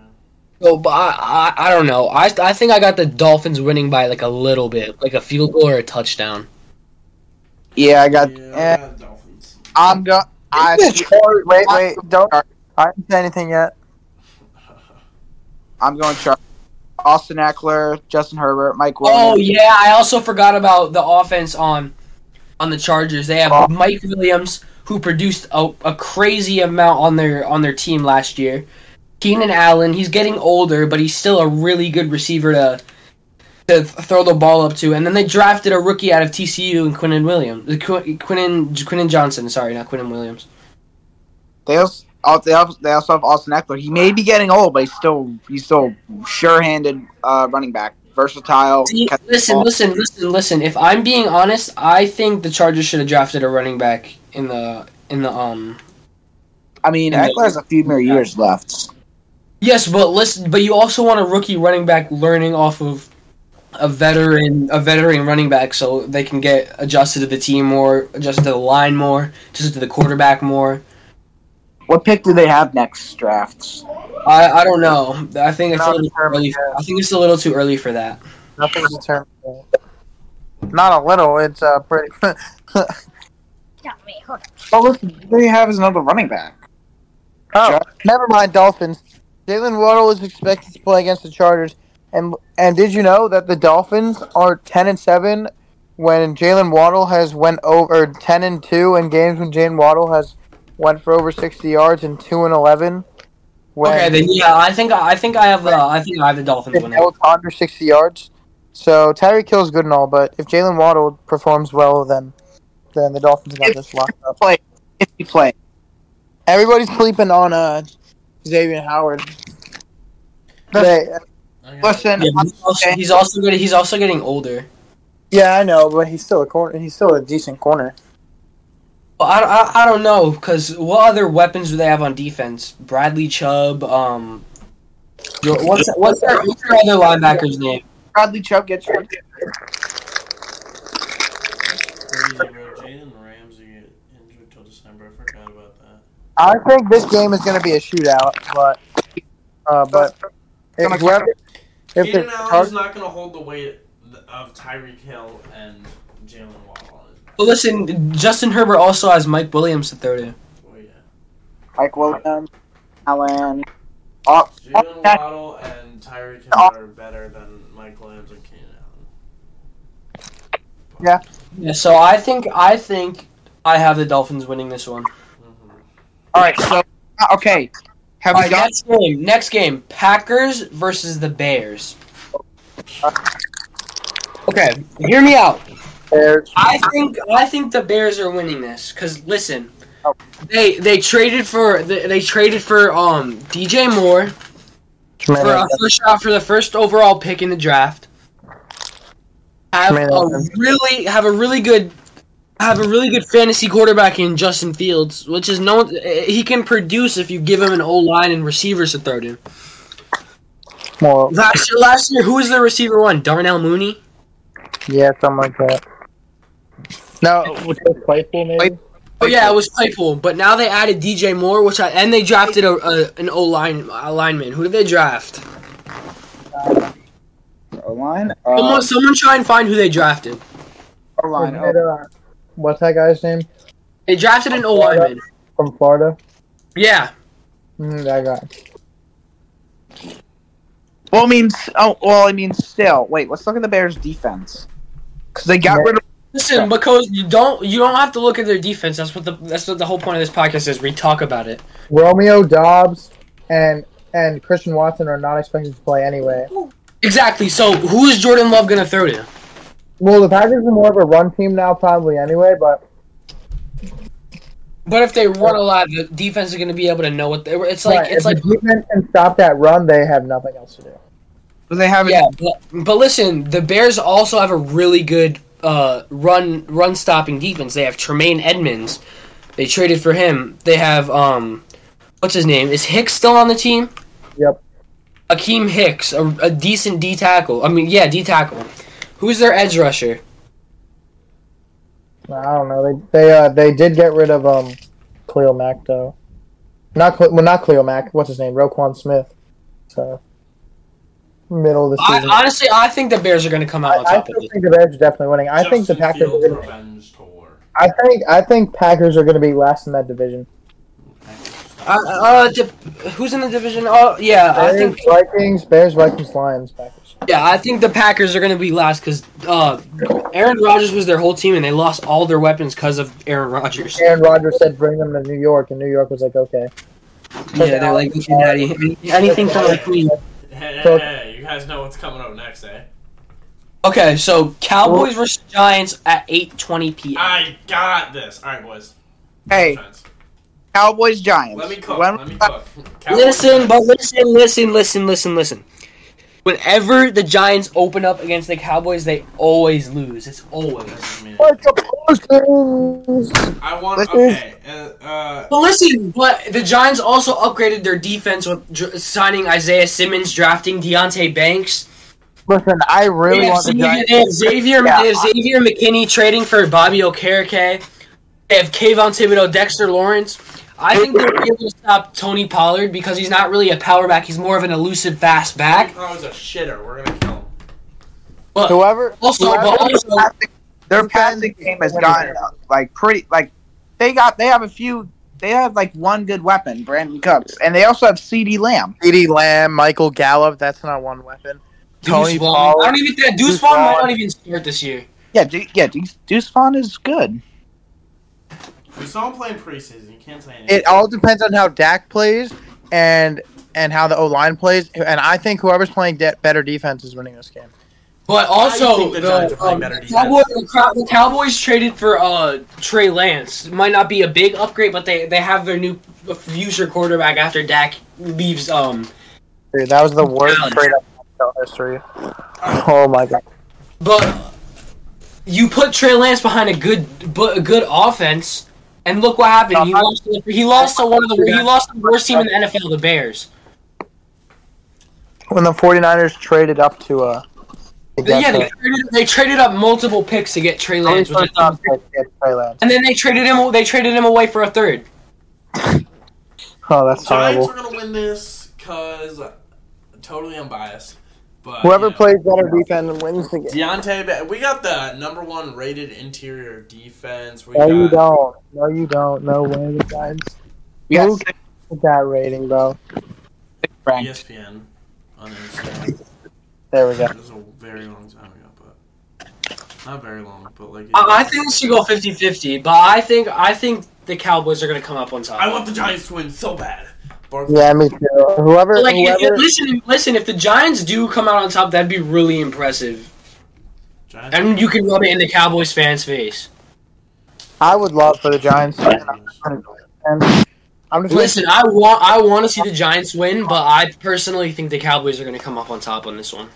So, but I, I, I don't know. I, I think I got the Dolphins winning by like a little bit, like a field goal or a touchdown.
Yeah, I got.
yeah,
eh,
I got Dolphins.
I'm go. I,
Wait, wait, don't. I haven't said anything yet.
I'm going Chargers. Austin Eckler, Justin Herbert, Mike
Oh
Williams.
yeah, I also forgot about the offense on on the Chargers. They have
Oh.
Mike Williams, who produced a, a crazy amount on their on their team last year. Keenan Allen. He's getting older, but he's still a really good receiver to to th- throw the ball up to. And then they drafted a rookie out of TCU and Quinnen Williams, uh, Qu- Quinnen Quinnen Johnson. Sorry, not Quinnen Williams.
They also, oh, they also they also have Austin Eckler. He may be getting old, but he's still he's still sure-handed uh, running back, versatile.
See,
catches the
listen,
ball.
listen, listen, listen. If I'm being honest, I think the Chargers should have drafted a running back in the in the um.
I mean, Eckler has a few more years left.
Yes, but listen, but you also want a rookie running back learning off of a veteran a veteran running back so they can get adjusted to the team more, adjusted to the line more, adjusted to the quarterback more.
What pick do they have next drafts?
I, I don't know. I think it's a
Not
little too
determined
early.
yet.
I think it's a little too early for that.
Nothing's determined. yet. Not a little. It's uh, pretty.
Not me. Hold
Oh, look, what they have is another running back.
Oh, never mind. Dolphins. Jalen Waddle is expected to play against the Chargers, and and did you know that the Dolphins are ten and seven when Jalen Waddle has went over ten and two in games when Jalen Waddle has went for over sixty yards and two and eleven when
Okay, then yeah, I think I think I have uh, I think I have the Dolphins winning.
held under sixty yards. So Tyreek Hill's good and all, but if Jalen Waddle performs well, then then the Dolphins got this locked up.
Play if he play.
Everybody's sleeping on uh, Xavier Howard. They,
I got
Listen,
Yeah,
I'm
he's, also,
saying-
he's also getting he's also getting older.
Yeah, I know, but he's still a corner. He's still a decent corner.
Well, I, I, I don't know because what other weapons do they have on defense? Bradley Chubb. Um, your- what's what's their, what's their other linebacker's name?
Bradley Chubb gets hurt.
crazy, bro. Jalen Ramsey get injured till December. I forgot about that.
I think this game is going to be a shootout, but uh, but if whoever if
Keenan
the
Allen's
Chargers,
not going to hold the weight of Tyreek Hill and Jalen Waddle. on his-
Well, listen, Justin Herbert also has Mike Williams to throw to.
Oh yeah,
Mike Williams, Allen.
Jalen
Okay.
Waddle and Tyreek Hill are better than Mike Williams and Keenan Allen.
Yeah, so I think I think I have the Dolphins winning this one.
Mhm.
All right, so Ah, okay, have
All
we
right,
got?
next game, next game, Packers versus the Bears. Okay, hear me out.
Bears-
I think I think the Bears are winning this because listen,
Oh.
they they traded for they, they traded for um DJ Moore for a first shot for the first overall pick in the draft. Have
Man,
a
that's-
really have a really good have a really good fantasy quarterback in Justin Fields, which is no he can produce if you give him an O line and receivers to throw to.
well,
Last year, last year, who was the receiver one? Darnell Mooney.
yeah, something like that. No, with Claypool maybe.
Oh yeah, it was Claypool. But now they added DJ Moore, which I and they drafted a, a an O line lineman. Who did they draft?
Line,
Uh,
Uh,
Someone, someone try and find who they drafted.
line.
Uh, What's that guy's name
They drafted an O lineman.
from Florida?
Yeah,
Mm, that guy.
Well, I mean, s- oh, well, I mean, still. Wait, let's look at the Bears' defense because they got
Yeah.
rid of.
Listen, because you don't you don't have to look at their defense. That's what the that's what the whole point of this podcast is. We talk about it.
Romeo Dobbs and and Christian Watson are not expected to play anyway.
Exactly. So who is Jordan Love gonna throw to?
Well, the Packers are more of a run team now, probably anyway. But
But if they run a lot, the defense is gonna be able to know what they were. It's like
Right,
it's
if
like
the defense can stop that run, they have nothing else to do.
Do they have?
yeah. But, but listen, the Bears also have a really good uh, run run stopping defense. They have Tremaine Edmonds. They traded for him. They have um, what's his name? Is Hicks still on the team?
Yep.
Akeem Hicks, a, a decent D tackle. I mean, yeah, D tackle. Who's their edge rusher?
I don't know. They they uh, they did get rid of um, Cleo Mack though. Not Cle- well, not Cleo Mack. What's his name? Roquan Smith. So middle of the
I,
season. I,
honestly, I think the Bears are going to come out on
I
top of
still
it.
think the Bears are definitely winning. I think the
Justin
Packers. Are
Fields
gonna,
revenge tour.
I think I think Packers are going to be last in that division.
Uh, uh, dep- who's in the division? Oh, yeah, I
Bears,
think
Vikings, Bears, Vikings, Lions, Packers.
yeah, I think the Packers are going to be last because uh, Aaron Rodgers was their whole team and they lost all their weapons because of Aaron Rodgers.
Aaron Rodgers said, "Bring them to New York," and New York was like, "Okay."
Yeah, they're like Cincinnati. Anything from the Queen.
Hey, hey,
So-
hey, you guys know what's coming up next, eh?
Okay, so Cowboys versus Giants at 8:20 p.m.
I got this. All right, boys.
Hey,
Defense.
Cowboys Giants.
let me cook.
When-
let me cook. Cowboys-
Listen, but listen, listen, listen, listen, listen. Whenever the Giants open up against the Cowboys, they always lose. It's always.
That's what I mean.
Like the posters.
I want.
Listen.
Okay. Uh, uh,
But listen, but the Giants also upgraded their defense with dr- signing Isaiah Simmons, drafting Deontay Banks.
Listen, I really
they, have
want the
Xavier,
Giants.
they have Xavier,
Yeah.
they have Xavier McKinney trading for Bobby Okereke. They have Kayvon Thibodeau, Dexter Lawrence. I think they're able to stop Tony Pollard because he's not really a power back. He's more of an elusive fast
I
back.
was a shitter. We're gonna kill him.
But
Whoever,
also, but also,
their passing- their
Defense
passing game has
winning
gotten
there.
uh, like pretty like they got they have a few they have like one good weapon, Brandon Cooks, and they also have C.D. Lamb.
Ceedee Lamb, Michael Gallup. That's not one weapon. Tony
Deuce Vaughn. I
Pollard.
don't even think Deuce
Deuce
Vaughn might
Vaughn.
not even start this year.
Yeah, De- yeah, Deuce, Deuce Vaughn is good.
We saw him playing preseason. You can't say anything.
It all depends on how Dak plays and and how the O line plays. And I think whoever's playing de- better defense is winning this game.
But also,
think the
the,
Giants are playing
um,
better defense.
Cowboy, the, Crow- the Cowboys traded for uh, Trey Lance. Might not be a big upgrade, but they, they have their new future quarterback after Dak leaves. Um,
Dude, that was the worst
Challenge.
trade up in NFL history. Oh my god.
but you put Trey Lance behind a good but a good offense, and look what happened. He lost. to the- He lost to one of the. He lost to the worst team in the NFL, the Bears.
When the 49ers traded up to uh to
But
get
yeah, they
the-
traded, they traded up multiple picks to get Trey Lance, which
first
is-
round pick, they had Trey Lance.
and then they traded him. They traded him away for a third.
Oh, that's
Giants
horrible.
are gonna win this because totally unbiased. But
Whoever
you know.
plays better defense wins the game.
Deontay, Ba- we got the number one rated interior defense. We
No, you
got
don't. No, you don't. No way, the Giants.
We got
Who-
six
With that rating, bro.
E
ranked.
ESPN on Instagram.
There we go.
It was a very long time ago, but not very long. But like,
Uh, I, I think this should go 50-50, but I think I think the Cowboys are going to come up on top.
I want the Giants to win so bad. Bar-
Yeah, me too. Whoever,
But, like, if-
whoever,
if- listen, listen. If the Giants do come out on top, that'd be really impressive,
Giants.
and you can rub it in the Cowboys fans' face.
I would love for the Giants. to win. And I'm just listen.
Listen, I want I want to see the Giants win, but I personally think the Cowboys are going to come up on top on this one.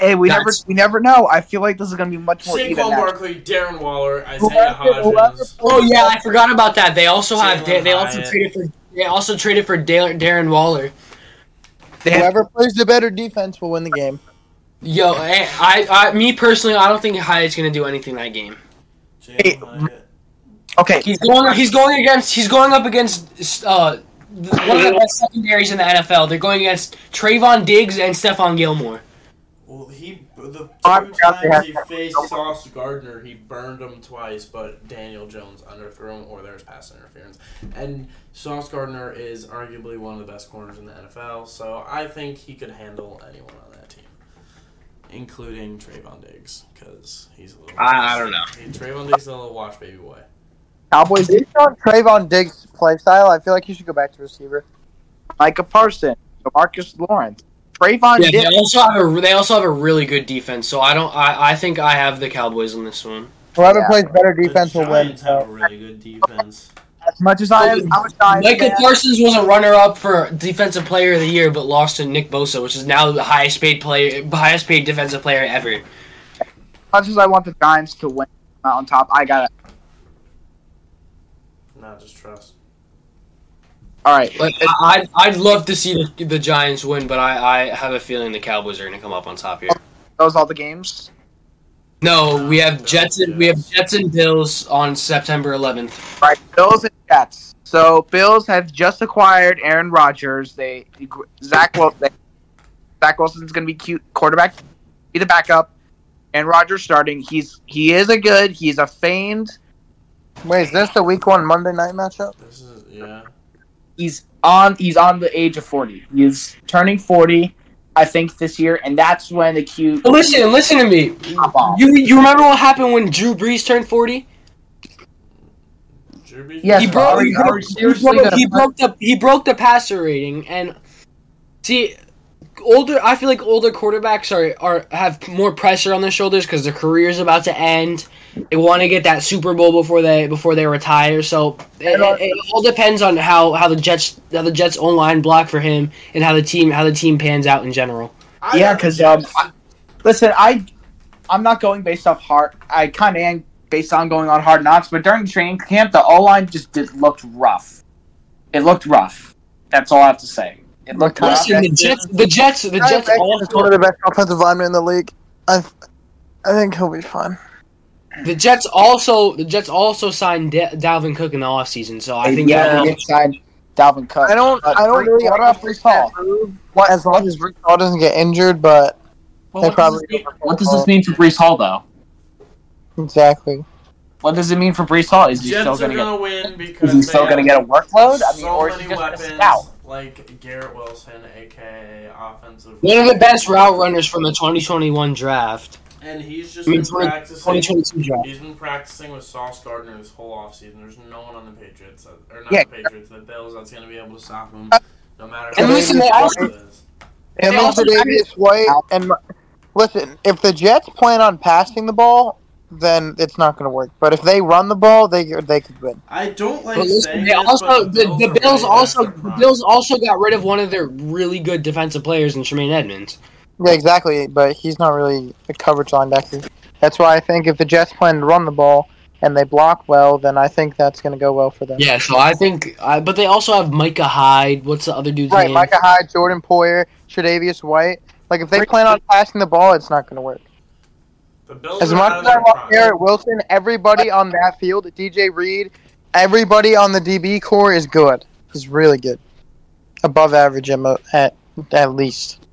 Hey, we never
Giants.
we never know. I feel like this is gonna be much more even.
Saquon
now.
Barkley, Darren Waller, Isaiah
Whoever-
Hodgins.
Oh yeah, I forgot about that. They also have
Jalen
they, they also
Hyatt.
traded for they also traded for Dar- Darren Waller.
Whoever plays the better defense will win the game.
Yo, eh, I, I me personally, I don't think Hyatt's going to do anything that game.
Jalen Hyatt.
Okay,
He's going. He's going against. He's going up against uh, one of the best secondaries in the NFL. They're going against Trayvon Diggs and Stephon Gilmore.
Well, he the
I
two
forgot they
times he
had-
faced Sauce Gardner, he burned him twice, but Daniel Jones underthrew him, or there was pass interference. And Sauce Gardner is arguably one of the best corners in the NFL, so I think he could handle anyone on that team, including Trayvon Diggs, because he's a little.
I- I don't know.
Hey, Trayvon Diggs is a little watch baby boy.
Cowboys. Based on Trayvon Diggs' play style, I feel like he should go back to receiver.
like a Parson, Marcus Lawrence, Trayvon
Yeah, they
Diggs.
also have a. They also have a really good defense. So I don't. I, I think I have the Cowboys on this one.
Whoever
Yeah.
plays better
The
defense will win.
Giants have
So.
a really good defense.
As much as I am, I'm a Giants
Michael
fan.
Parsons was a runner-up for Defensive Player of the Year, but lost to Nick Bosa, which is now the highest paid player, highest paid defensive player ever.
As much as I want the Giants to win uh, on top, I got to
Not just trust.
All right,
Like, I, I'd, I'd love to see the, the Giants win, but I, I have a feeling the Cowboys are going to come up on top here.
those all the games.
No, we have Jets. And, we have Jets and Bills on September 11th.
Right, Bills and Jets. So Bills have just acquired Aaron Rodgers. They Zach Wilson. Zach Wilson's going to be cute quarterback, be the backup, and Rodgers starting. He's he is a good. He's a feigned.
Wait, is this the Week One Monday Night matchup?
This is yeah.
He's on. He's on the age of forty. He's turning forty, I think, this year, and that's when the cute
Listen, listen to me. Oh,
pop off.
You you remember what happened when Drew Brees turned 40?
Drew distribution?
Yes,
He
but
broke-
are we-
he
are we seriously
he broke,
gonna
he
put-
broke the he broke the passer rating and see older I feel like older quarterbacks are, are have more pressure on their shoulders because their career is about to end. They want to get that Super Bowl before they before they retire. So it, it, it all depends on how, how the Jets how the Jets online block for him and how the team how the team pans out in general.
I
yeah, because um, I- listen, I I'm not going based off hard. I kind of am based on going on hard knocks, but during training camp, the O line just did, looked rough. It looked rough. That's all I have to say. It looked rough.
Listen, the Jets the Jets the Jets
Jackson is
also
one of the best offensive linemen in the league. I, I think he'll be fine.
the Jets also the Jets also signed Da- Dalvin Cook in the offseason, so I think
Uh, yeah,
that
they did sign Dalvin Cook.
I don't.
But
I don't
Brees-
really.
What about Brees Hall?
What, as long as Brees Hall doesn't get injured, but
Well,
They
what, does this
probably-
mean, what does this mean for Brees Hall, though?
exactly.
What does it mean for Brees Hall? Is he
Jets
still
are
going to
gonna win
get?
because
Is he still
they
going to
have
get a workload? I mean,
so
or is he
many
just going to
weapons,
sit out?
Like Garrett Wilson, aka offensive.
one of the best route runners from the 2021 draft.
And he's just
I mean,
been
20
practicing.
2022 draft.
He's been practicing with Sauce Gardner this whole offseason. There's no one on the Patriots, that, or not
Yeah.
the Patriots, the Bills that's going to be able to stop him, no matter
And
how
listen,
good
they
the
also-
Bills is.
And
They also-
also Davis White and listen. If the Jets plan on passing the ball, then it's not going to work. But if they run the ball, they they could win.
I don't like
But listen,
saying
they
this,
also
but
the, the
are
Bills also
way past their
the
prime.
Bills also got rid of one of their really good defensive players in Tremaine Edmonds.
Yeah, exactly. But he's not really a coverage linebacker. That's why I think if the Jets plan to run the ball and they block well, then I think that's going to go well for them.
Yeah, so I think, I, but they also have Micah Hyde. What's the other dude's
Right,
name?
Micah Hyde, Jordan Poyer, Tre'Davious White. Like if they plan on passing the ball, it's not going to work.
The Bills
As
are
much
out of
as I
their
love
prime.
Garrett Wilson, everybody on that field, DJ Reed, everybody on the DB core is good. Is really good, above average at mo- at, at least.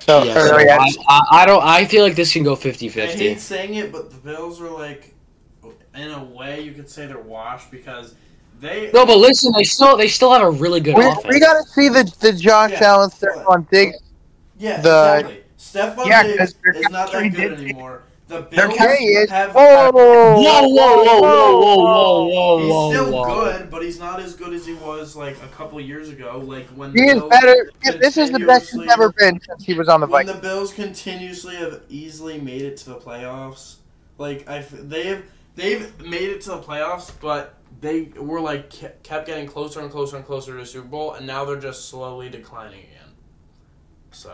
So,
Yeah,
or-
so
or yeah,
I, I, I don't. I feel like this can go
I
50-50.
hate saying it, but the Bills are like, in a way, you could say they're washed because they.
No, but listen, they still they still have a really good
we,
offense.
we got to see the the Josh
Yeah.
Allen stuff on Diggs.
yeah,
the-
exactly. Stephon
Yeah,
Diggs
'cause their
is not
chemistry
that good
did-
anymore. The
their
Bills
There he is.
have.
Whoa, whoa,
whoa, whoa, whoa, whoa, whoa, whoa,
He's
whoa,
still
whoa, whoa.
good, but he's not as good as he was like a couple years ago. Like when
He
the
is
Bills-
better. This is the best he's ever been since he was on the
when
Vikings.
the Bills continuously have easily made it to the playoffs, like I, they've they've made it to the playoffs, but they were like ke- kept getting closer and closer and closer to the Super Bowl, and now they're just slowly declining again. So,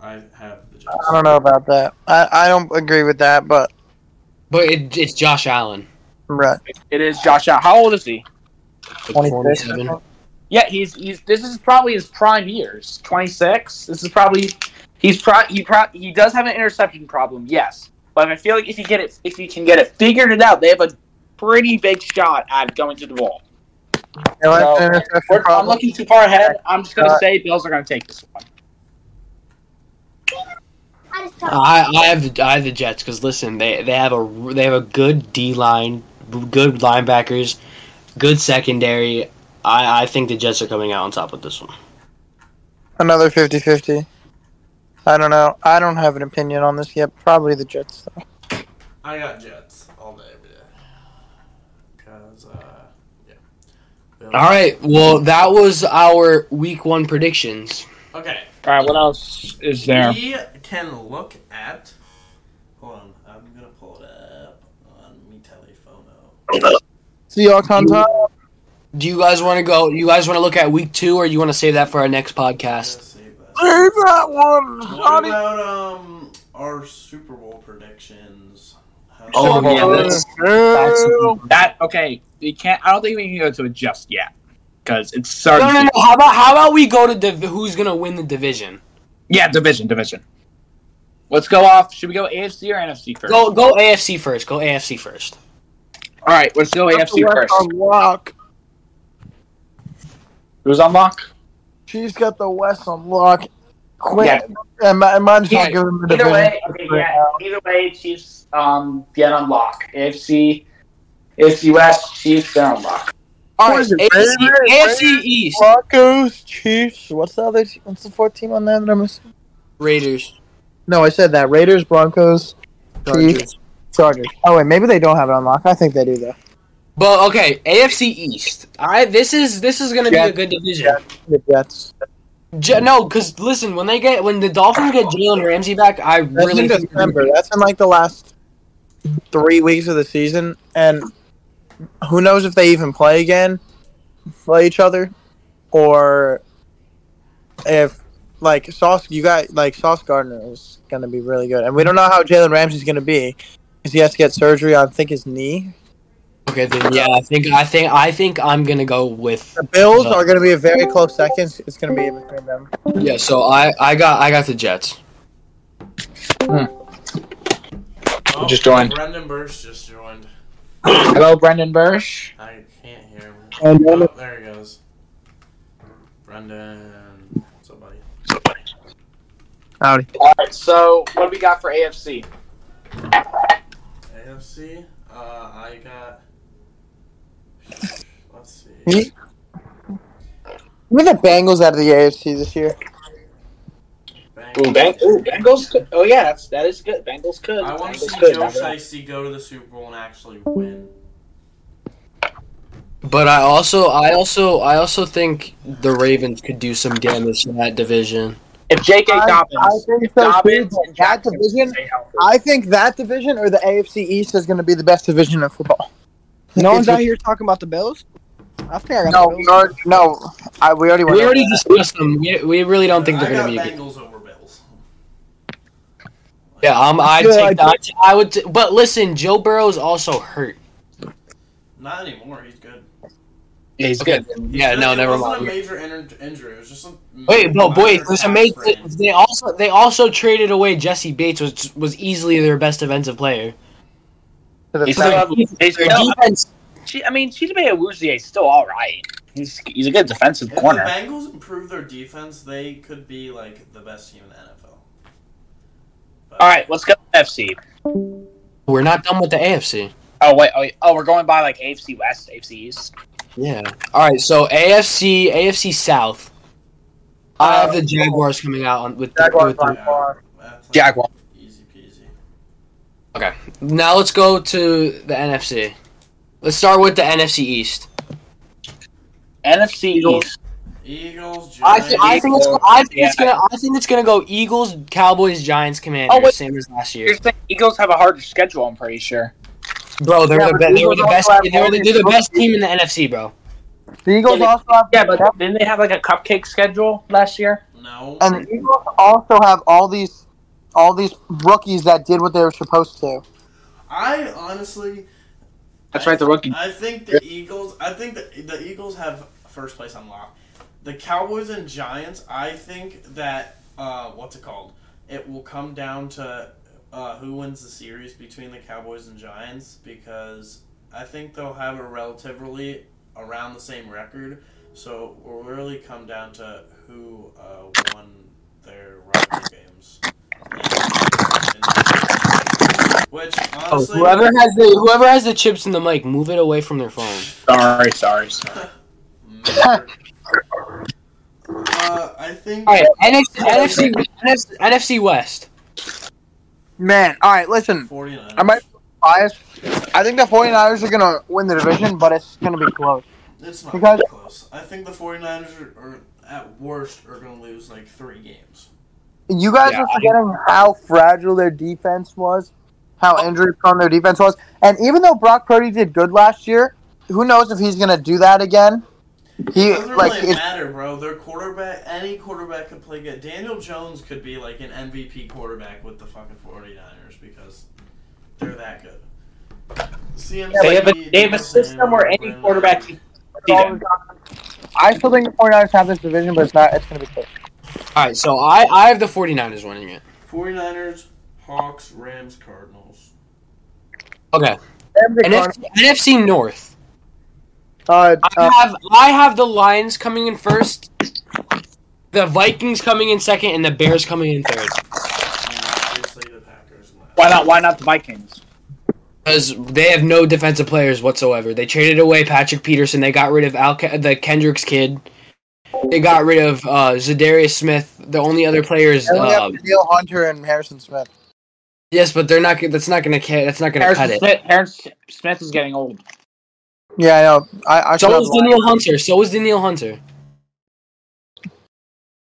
I have the Jets.
I don't know about that. I, I don't agree with that, but
But it, it's Josh Allen.
right.
It is Josh Allen. How old is he?
like
26.
27.
Yeah, he's he's. This is probably his prime years. Twenty six. This is probably he's pro he pro he does have an interception problem. Yes, but I feel like if you get it if you can get it figured it out, they have a pretty big shot at going to the ball.
Yeah, that's
No.
an interception
We're- I'm
problem.
looking too far ahead. I'm just gonna say Bills are gonna take this one.
I just
Uh,
thought
I, I have the I have the Jets because listen, they they have a they have a good D line, good linebackers, good secondary. I, I think the Jets are coming out on top with this one.
Another 50-50. I don't know. I don't have an opinion on this yet. Probably the Jets. Though.
I got Jets all day every day. Cause uh, yeah. Bills-
All right, well that was our Week One predictions.
Okay.
All right, what else is there?
We can look at. Hold on, I'm gonna pull it up on me telephono.
Seahawks on top.
Do you guys want to go? You guys want to look at Week Two, or you want to save that for our next podcast?
Let's save that.
Leave that one.
What
Honey.
about um our Super Bowl predictions? How-
Oh,
yeah, that's-
No.
That okay? We can't. I don't think we can go to it just yet because it's
No,
starting.
no, no. How about how about we go to div- who's gonna win the division?
Yeah, division, division. Let's go off. Should we go AFC or NFC first?
Go go AFC first. Go AFC first.
All right, let's go AFC
West
first.
on lock.
Who's on lock?
Chiefs got the West on lock. Quick.
Yeah.
And, mi- and mine's
Yeah,
not giving them the
Either way,
division.
okay, yeah. Either way, Chiefs um get on lock. AFC, AFC West, Chiefs get on lock.
All
What
right,
is it,
AFC,
Ravens?
AFC
Ravens?
East.
Broncos, Chiefs. What's the other? Te- what's the fourth team on there that I'm missing?
Raiders.
No, I said that. Raiders, Broncos,
Chargers.
Chargers. Oh wait, maybe they don't have it on lock. I think they do though.
But okay, AFC East. I this is this is gonna be a good division.
The Jets.
Ja- no, because listen, when they get when the Dolphins get Jalen Ramsey back, I
That's
really
in
think-
December. That's in like the last three weeks of the season, and who knows if they even play again, play each other, or if like Sauce, you got like Sauce Gardner is going to be really good, and we don't know how Jalen Ramsey's going to be because he has to get surgery on I think his knee.
Okay, then yeah, I think I think I think I'm gonna go with
The Bills are going to be a very close second. It's going to be in between them.
yeah. So I I got I got the Jets.
Oh,
just joined.
Brendan Burst just joined.
Hello, Brendan Bursch.
I can't hear him.
And then-
Oh, there he goes. Brendan. What's up, buddy?
Howdy.
All right, so what do we got for AFC?
AFC. Uh, I got. Let's see.
Me? Give me the Bengals out of the AFC this year.
Bengals.
Bengals. Could, oh yeah, that's that is good. Bengals could.
I want to see
could.
Joe Shiesty go to the Super Bowl and actually win.
But I also I also I also think the Ravens could do some damage in that division.
If J.K.
I-
Dobbins,
I think
if
so, too,
Dobbins
but
and
that
Jackson
division-
stay healthy.
I think that division or the AFC East is going to be the best division in football.
No one's
It's-
out here talking about the Bills. I think I got
No,
the Bills.
no, no. I, we already went.
We
over
already
that.
discussed them. We, we really don't think they're
I
gonna
got
be. a good.
Bengals over Bills.
Yeah, um, I'd
Yeah, I
take that. I would. T- but listen, Joe Burrow's also hurt.
Not anymore. He's good.
Yeah, he's
Okay. Yeah,
It
no, never mind.
wasn't a major in- injury. It was just a
Wait, no,
minor
boys, there's a
calf
make.
strain.
They also they also traded away Jesse Bates, which was easily their best defensive player.
To the
He's
front.
still have- he's-
Their
no,
defense,
Chi- I mean, Chidobe Awuzie is still all right. He's he's a good defensive
If the
corner.
Bengals improve their defense, they could be like the best team in the NFL. But-
All right, let's go FC.
we're not done with the AFC.
Oh wait, oh, wait. oh we're going by like AFC West, AFC East.
Yeah. All right. So AFC AFC South. I have the Jaguars coming out on, with, the,
Uh, Jaguars
with the-
by far.
That's like
Jaguar.
Easy peasy.
Now let's go to the NFC. Let's start with the NFC East.
NFC East.
Eagles. Giants,
I, thi- I think it's I think it's
Yeah.
gonna I think it's gonna go Eagles, Cowboys, Giants, Commanders,
Oh, wait.
same as last year.
Here's the thing, Eagles have a harder schedule. I'm pretty sure.
Bro, they're
Yeah,
the
but
be- they were
Eagles
the
also
best.
have
They were the,
Warriors.
they're the best team in the NFC, bro.
The Eagles
Yeah,
also have
Yeah, but didn't they have like a cupcake schedule last year?
no.
and the Eagles also have all these all these rookies that did what they were supposed to.
I honestly,
That's right, the rookie.
I think the Eagles. I think the, the Eagles have first place on lock. The Cowboys and Giants. I think that uh, what's it called? It will come down to uh, who wins the series between the Cowboys and Giants because I think they'll have a relatively around the same record. So it will really come down to who uh, won their rival games. Which honestly,
whoever has the whoever has the chips in the mic, move it away from their phone.
Sorry, sorry, sorry.
Remember. uh, I think.
All right, NFC NFC, NFC NFC West.
Man, all right, listen.
49.
I might be biased. I think the 49ers are going to win the division, but it's going to be close.
It's not
Because-
that close. I think the 49ers are, are at worst, are going to lose like three games.
You guys
Yeah,
are forgetting how fragile their defense was, how
Oh.
injury prone their defense was, and even though Brock Purdy did good last year, who knows if he's going to do that again? He
It doesn't
like
really
it's
matter, bro. Their quarterback, any quarterback could play good. Daniel Jones could be like an MVP quarterback with the fucking 49ers because they're that good. CMC,
They have a they have a
Debo
system where any
Samuel,
quarterback can beat them.
I still think the 49ers have this division, but it's not. It's going to be close.
All right, so I I have the 49ers winning it.
49ers, Hawks, Rams, Cardinals.
Okay,
Every corner-
NFC, NFC North.
uh, uh,
I have I have the Lions coming in first, the Vikings coming in second, and the Bears coming in third.
And obviously the Packers. and the-
Why not? Why not the Vikings?
Because they have no defensive players whatsoever. They traded away Patrick Peterson. They got rid of Al- the Kendricks kid. They got rid of uh, Zadarius Smith. The only other player is
and we
uh,
have Daniel Hunter and Harrison Smith.
yes, but they're not. That's not gonna. ca- That's not gonna cut
Harrison
it.
Smith, Harrison Smith is getting old.
Yeah, I know. I, I
So
showed
was
mine.
Daniel Hunter. So was Daniel Hunter.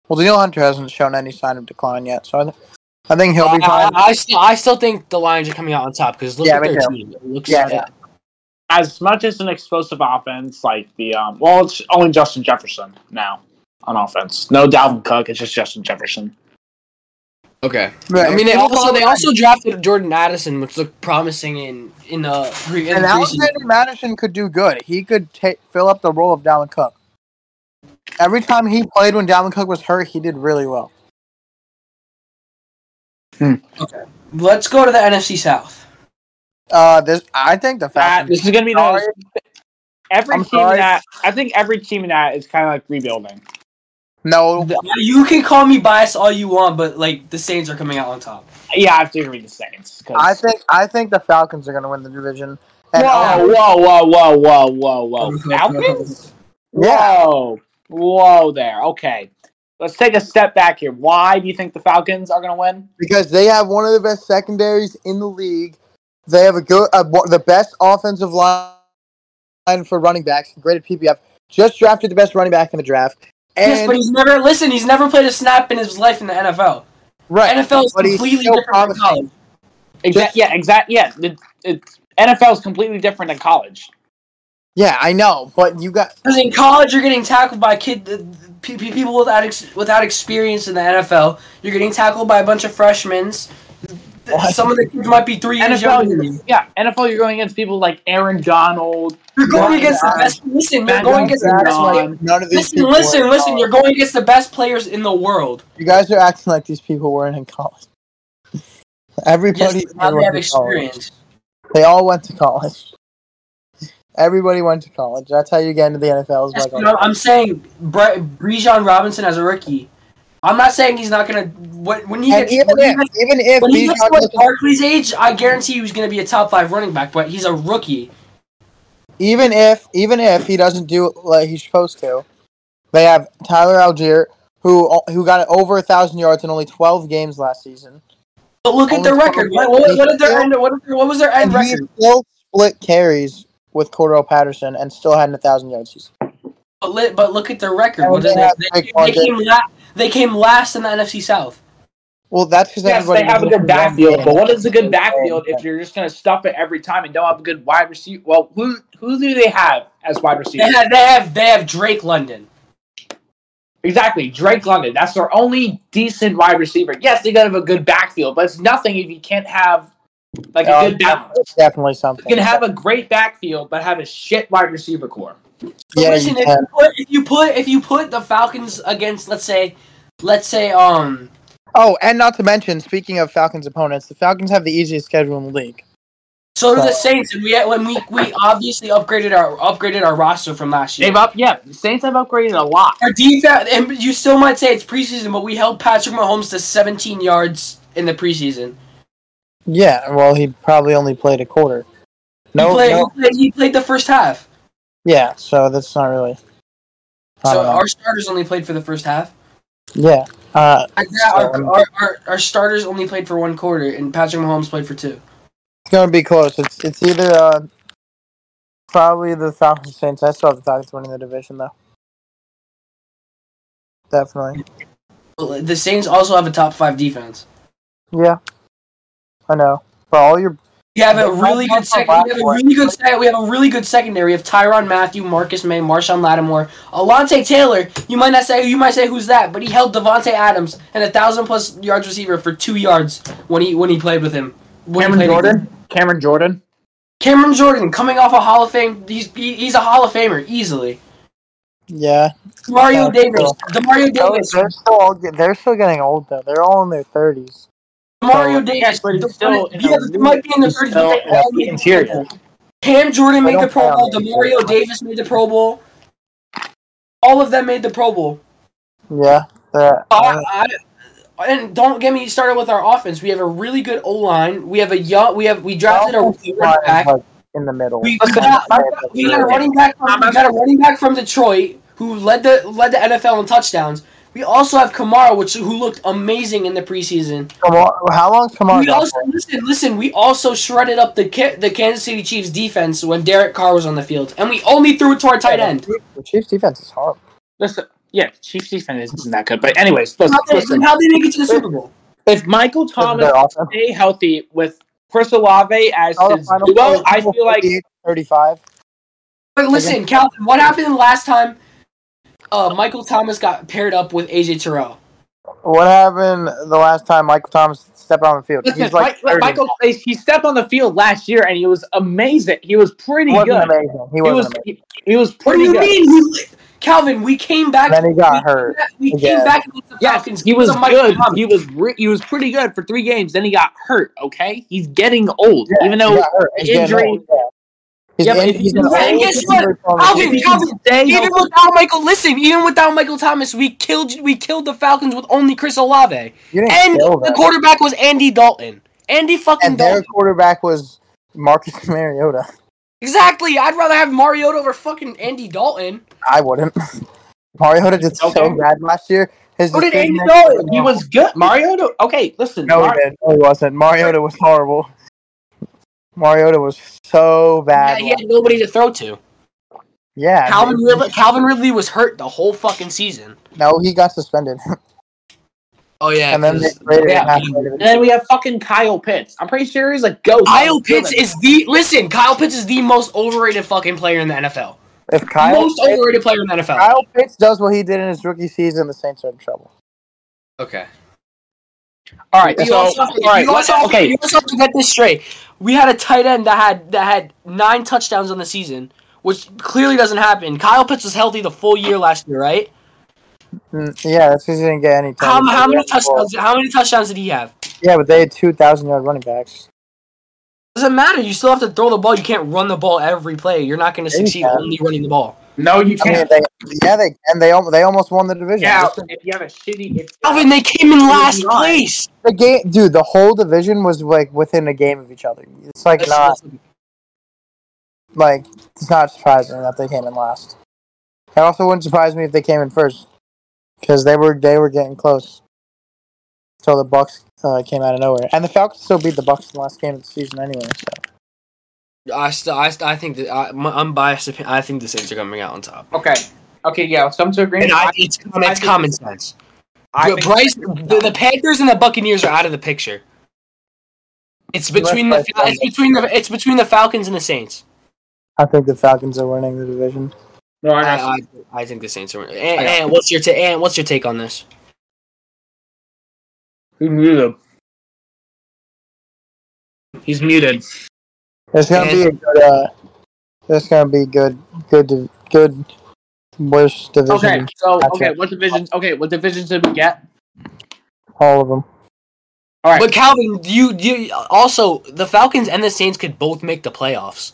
Well, Daniel Hunter hasn't shown any sign of decline yet, so I, th- I think he'll
I,
be fine.
I- I still, I still think the Lions are coming out on top because look
Yeah,
at
me
their
too.
team. It looks
Yeah,
yeah,
As much as an explosive offense, like the um, well, it's only Justin Jefferson now on offense. No Dalvin Cook. It's just Justin Jefferson.
Okay.
Right,
I mean, they
if people
also they
go-
also drafted Jordan Addison, which looked promising in in the pre in
and
the preseason.
Alexander Madison could do good. He could ta fill up the role of Dalvin Cook. Every time he played when Dalvin Cook was hurt, he did really well.
Let's go to the NFC South.
Uh, this I think the
That,
Falcons.
this is gonna be
Sorry.
the every
I'm
team
sorry.
that I think every team in that is kind of like rebuilding.
Oh.
No,
You can call me biased all you want, but like the Saints are coming out on top.
Yeah, I have to agree with the Saints. 'cause-
I think I think the Falcons are going to win the division. And um,
whoa, whoa, whoa, whoa, whoa, whoa, whoa, Falcons.
yeah,
Whoa. Whoa there. Okay. Let's take a step back here. Why do you think the Falcons are going to win?
because they have one of the best secondaries in the league. They have a good, uh, one- the best offensive line for running backs. Graded PPF. Just drafted the best running back in the draft. And
yes, but he's never listen. He's never played a snap in his life in the NFL.
right,
NFL is
but he's
completely
still
different from
promising.
college.
Exact. yeah, exact. Yeah. The it, NFL is completely different than college.
yeah, I know, but you got
Because in college, you're getting tackled by kid uh, pe- pe- people without ex- without experience in the NFL. You're getting tackled by a bunch of freshmen. Some of the kids might be three years younger than you.
NFL, yeah, NFL, you're going against people like Aaron Donald.
You're going
Ryan
against the
Allen.
best. Listen, you're
Matt
going against the
Ryan
best.
Allen.
Players.
like, none of these.
Listen,
people were
listen,
in
listen.
college.
You're going against the best players in the world.
You guys are acting like these people weren't in college. Everybody
Yes, now they
went
have
to college.
experience.
They all went to college. Everybody went to college. That's how you get into the NFL. Is
Yes,
by
but
going
I'm I'm saying Bre- Bijan Robinson as a rookie. I'm not saying he's not gonna. What when he
and
gets
even
when he
if,
gets-
even if
When he
Bijan
gets to
doesn't-
Barkley's age, I guarantee he's going to be a top five running back. But he's a rookie.
even if even if he doesn't do like he's supposed to, they have Tyler Algier who who got over a thousand yards in only twelve games last season,
But look at
Only
their record. What,
twelve
what,
yards.
what, did their end, what, did their- what was their end
and he
record?
still split carries with Cordell Patterson and still had a thousand yards. season.
But, li- but look at their record.
And
What did
they
they,
have
they,
Drake
they,
London.
came la- they came last in the NFC South.
Well, that's because
Yes, they have a good backfield, but what is a good backfield if you're just going to stuff it every time and don't have a good wide receiver? Well, who who do they have as wide
They
receiver?
have, they have they have Drake London.
Exactly, Drake London. That's their only decent wide receiver. Yes, they got to have a good backfield, but it's nothing if you can't have like a
Uh,
good back.
it's definitely
You
something.
can have a great backfield, but have a shit wide receiver core.
But
yeah,
listen,
you
if,
can.
you put, if you put if you put the Falcons against let's say let's say um
Oh, and not to mention, speaking of Falcons opponents, the Falcons have the easiest schedule in the league.
so do the Saints and we when we we obviously upgraded our upgraded our roster from last year.
They've up, yeah. The Saints have upgraded a lot.
Our defense, and you still might say it's preseason, but we held Patrick Mahomes to 17 yards in the preseason.
Yeah, well, he probably only played a quarter. No,
he, played,
no-
he, played, he played the first half,
yeah, so that's not really. I
so
don't know.
our starters only played for the first half.
yeah, uh,
Like that,
So-
our, our, our, our starters only played for one quarter, and Patrick Mahomes played for two.
it's gonna be close. It's it's either uh, probably the Falcons Saints. I still have the Falcons winning the division though. Definitely.
The Saints also have a top five defense.
Yeah, I know. For all your
We have a really good second. We have a really good second. We have a really good secondary. We have Tyron Matthew, Marcus May, Marshawn Lattimore, Alante Taylor. You might not say you might say who's that, but he held Devonte Adams and a thousand plus yards receiver for two yards when he when he played with him. When he
Cameron
played against-
Jordan. Cameron Jordan.
Cameron Jordan coming off a Hall of Fame. He's he, he's a Hall of Famer easily.
yeah,
Mario
Yeah,
Davis. Demario
oh, they're
Davis.
still all, get- they're still getting old though. They're all in their thirties.
Mario
Yeah,
Davis.
but he's
The-
still in
yeah,
a
they might be in the
He's
30s.
still
but they all
in the
made the
interior.
Pro Bowl. Cam Jordan
I
made the
don't
Pro
count
Bowl.
it.
Demario Davis made the Pro Bowl. All of them made the Pro Bowl.
Yeah, they're-
I, I, and don't get me started with our offense. We have a really good O line. We have a young. We have we drafted a
Falcons
running
line,
back.
like, in the middle.
We we got, we got a running back. From, we got a running back from Detroit who led the led the NFL in touchdowns. We also have Kamara, which who looked amazing in the preseason.
Kamar- how long's Kamara
we
got
also listen, listen. We also shredded up the Ki- the Kansas City Chiefs defense when Derek Carr was on the field, and we only threw it to our tight end.
The Chiefs' defense is horrible.
Listen, yeah, Chiefs defense isn't that good. But anyways, listen,
How did
listen.
they make it to the Super Bowl?
if Michael Thomas
Their offense.
stay healthy with Chris Olave as
Oh,
All the
his
final
duo,
scores,
I feel like
38-35.
But listen, Calvin, what happened last time? Uh, Michael Thomas got paired up with AJ Terrell.
What happened the last time Michael Thomas stepped on the field?
Listen,
He's like
Mi-
30.
Michael, he stepped on the field last year and he was amazing. He was pretty
He
good.
wasn't amazing. He
He
wasn't
was
amazing.
he, he was
What do
pretty
you
good.
mean? We, Calvin, we came back.
And then he got
we,
hurt.
We came
again.
back against the
Yes,
Falcons.
he was
because of Michael
good.
Thomas.
He was re- he was pretty good for three games. Then he got hurt. Okay, he's getting old.
Yeah,
even
he
though
got hurt. He's getting
injury-
old, yeah. He's
Yeah, but
in-
if
he's
you-
an
and
old
guess what?
injury prone
Calvin,
team.
if he can
Calvin,
stay
Even
healthy-
without Michael, listen. Even without Michael Thomas, we killed we killed the Falcons with only Chris Olave,
You didn't
and
kill
the
them.
quarterback was Andy Dalton. Andy fucking
and their
Dalton.
quarterback was Marcus Mariota.
Exactly. I'd rather have Mariota over fucking Andy Dalton.
I wouldn't. Mariota did so
Okay.
bad last year. His
Who did Andy
decision-
Dalton?
he was good. Mario, okay, listen.
No,
Mar-
he did. No, he wasn't. Mariota was horrible. Mariota was so
Yeah,
bad.
he had nobody to throw to.
Yeah,
Calvin
dude.
Ridley, Calvin Ridley was hurt the whole fucking season.
No, he got suspended,
Oh yeah,
and then they
'cause
traded
yeah.
him halfway to
and
the-
then we have fucking Kyle Pitts. I'm pretty sure he's a ghost.
Kyle Pitts is the listen. Kyle Pitts is the most overrated fucking player in the NFL.
If Kyle
most
Pitts,
overrated player in the NFL.
Kyle Pitts does what he did in his rookie season, the Saints are in trouble.
okay.
all right.
You
So,
also,
all right.
you also,
okay,
you also have to get this straight. We had a tight end that had that had nine touchdowns on the season, which clearly doesn't happen. Kyle Pitts was healthy the full year last year, right?
Mm, Yeah, that's because he didn't get any
How,
time.
how many touchdowns? How many touchdowns did he have?
Yeah, but they had two thousand yard running backs.
Doesn't matter. You still have to throw the ball. You can't run the ball every play. You're not going to
Yeah, you
succeed
can.
only running the ball.
No, you
I mean,
can't.
they, yeah, they and they al- they almost won the division.
yeah. If you have a shitty, if,
Calvin, they came in last
not.
place.
The game, dude. The whole division was like within a game of each other. It's like not like it's not surprising that they came in last. It also wouldn't surprise me if they came in first because they were they were getting close. So the Bucks uh, came out of nowhere, and the Falcons still beat the Bucks in the last game of the season anyway. So
I still, I, st- I think that I, my unbiased opinion. I think the Saints are coming out on top.
okay, okay, yeah. So I'm to agree.
And I, it's,
I
it's
think-
common sense.
I
But
think-
Bryce, the, the Panthers and the Buccaneers are out of the picture. It's between the
Unless
Fal- it's between the it's between the Falcons and the Saints.
I think the Falcons are winning the division.
No, I
I,
got
I, I think the Saints are. And, and what's your ta- and what's your take on this?
He's muted. He's muted.
It's gonna be a good. Uh, it's gonna be good. Good. div- Good. Worst division.
Okay, so
Gotcha.
okay, what divisions? Okay, what divisions did we get?
All of them.
All right,
But Calvin, you you also the Falcons and the Saints could both make the playoffs.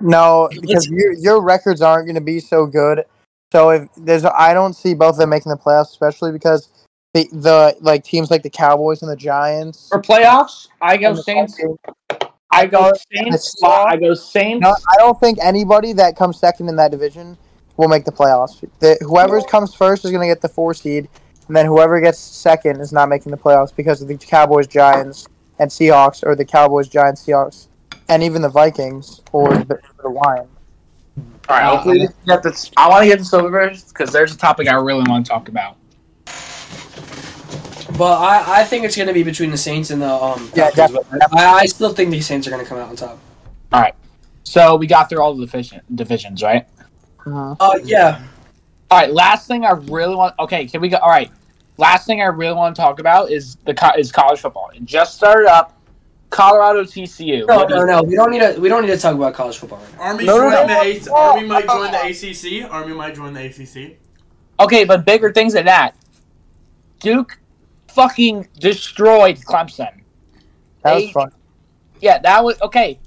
No, because your your records aren't going to be so good. So if there's, I don't see both of them making the playoffs, especially because the the like teams like the Cowboys and the Giants.
for playoffs, I go
and the
Saints.
Falcons.
I go
and the
Saints. I go Saints.
No, I don't think anybody that comes second in that division will make the playoffs. The, whoever comes first is going to get the four seed, and then whoever gets second is not making the playoffs because of the Cowboys, Giants, and Seahawks, or the Cowboys, Giants, Seahawks, and even the Vikings or the, the Lions.
All right, hopefully we can get this. I want to get this over because there's a topic I really want to talk about.
But I, I think it's going to be between the Saints and the um.
Yeah,
Falcons, but I, I still think the Saints are going to come out on top.
So we got through all the division, divisions, right?
Uh, yeah.
All right. Last thing I really want. Okay, can we go? All right. Last thing I really want to talk about is the co- is college football. It just started up. Colorado TCU.
No,
What do
no,
you-
no. We don't need to. We don't need to talk about college football right now.
Army
No, no,
joined
no.
the A- Army might join the ACC. Army might join the ACC.
Okay, but bigger things than that. Duke fucking destroyed Clemson.
That
Eight.
was fun.
Yeah, that was okay.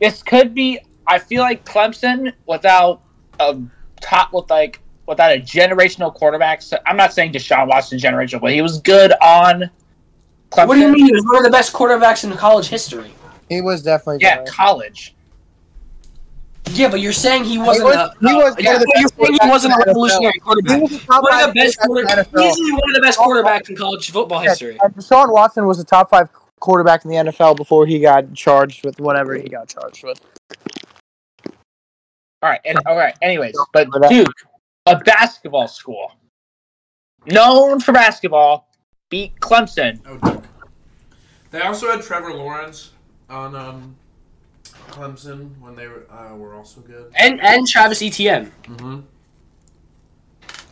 This could be. I feel like Clemson without a top with like without a generational quarterback. So I'm not saying Deshaun Watson generational, but he was good on Clemson.
What do you mean? He was one of the best quarterbacks in college history.
He was definitely.
Yeah,
better.
college.
Yeah, but you're saying he wasn't.
was-
a,
he was
yeah,
one of
you're
the best
saying he
quarterbacks
wasn't
in
a
the
revolutionary
He
quarterback.
was the top
One of
five
the best
quarterback
quarterbacks,
in the NFL.
easily one of the best quarterbacks in college football history.
And Deshaun Watson was the top five quarterback in the NFL before he got charged with whatever he got charged with.
All right, and, all right. Anyways, but Duke, a basketball school known for basketball, beat Clemson.
Oh, Duke. They also had Trevor Lawrence on um, Clemson when they were, uh, were also good.
And and Travis Etienne.
Mm-hmm.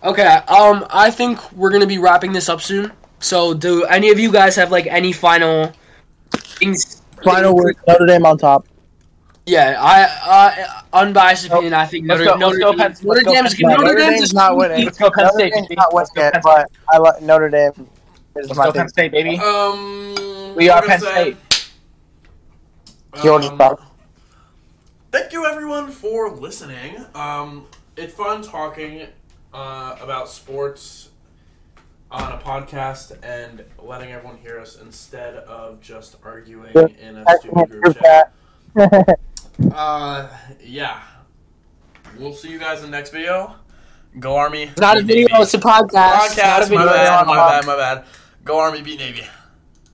Okay, um, I think we're gonna be wrapping this up soon. So, do any of you guys have like any final things?
Final word: Notre Dame on top.
Yeah, I uh, unbiased opinion. I think
Let's
Notre,
go- let's
Notre,
go
Dame,
Pens-
Notre
let's go
Dame's
Pens-
Notre,
Notre
Dame's
Dame's not winning.
Let's go Penn
Notre
State.
Dame's
baby.
not winning
Let's go
yet,
Penn State.
but I like Notre Dame. Is
Let's
my
go
thing.
Penn State, baby.
Um,
We are
I'm gonna
Penn
say-
Georgia's top.
Um, Thank you, everyone, for listening. Um, it's fun talking uh, about sports on a podcast and letting everyone hear us instead of just arguing
Yeah.
in a
I
stupid
think
group
group
chat.
chat.
Uh, yeah. We'll see you guys in the next video. Go Army.
not a
beat
video.
Navy.
It's a podcast.
podcast.
Not a
My
video.
bad. My bad. My bad. Go Army. Beat Navy.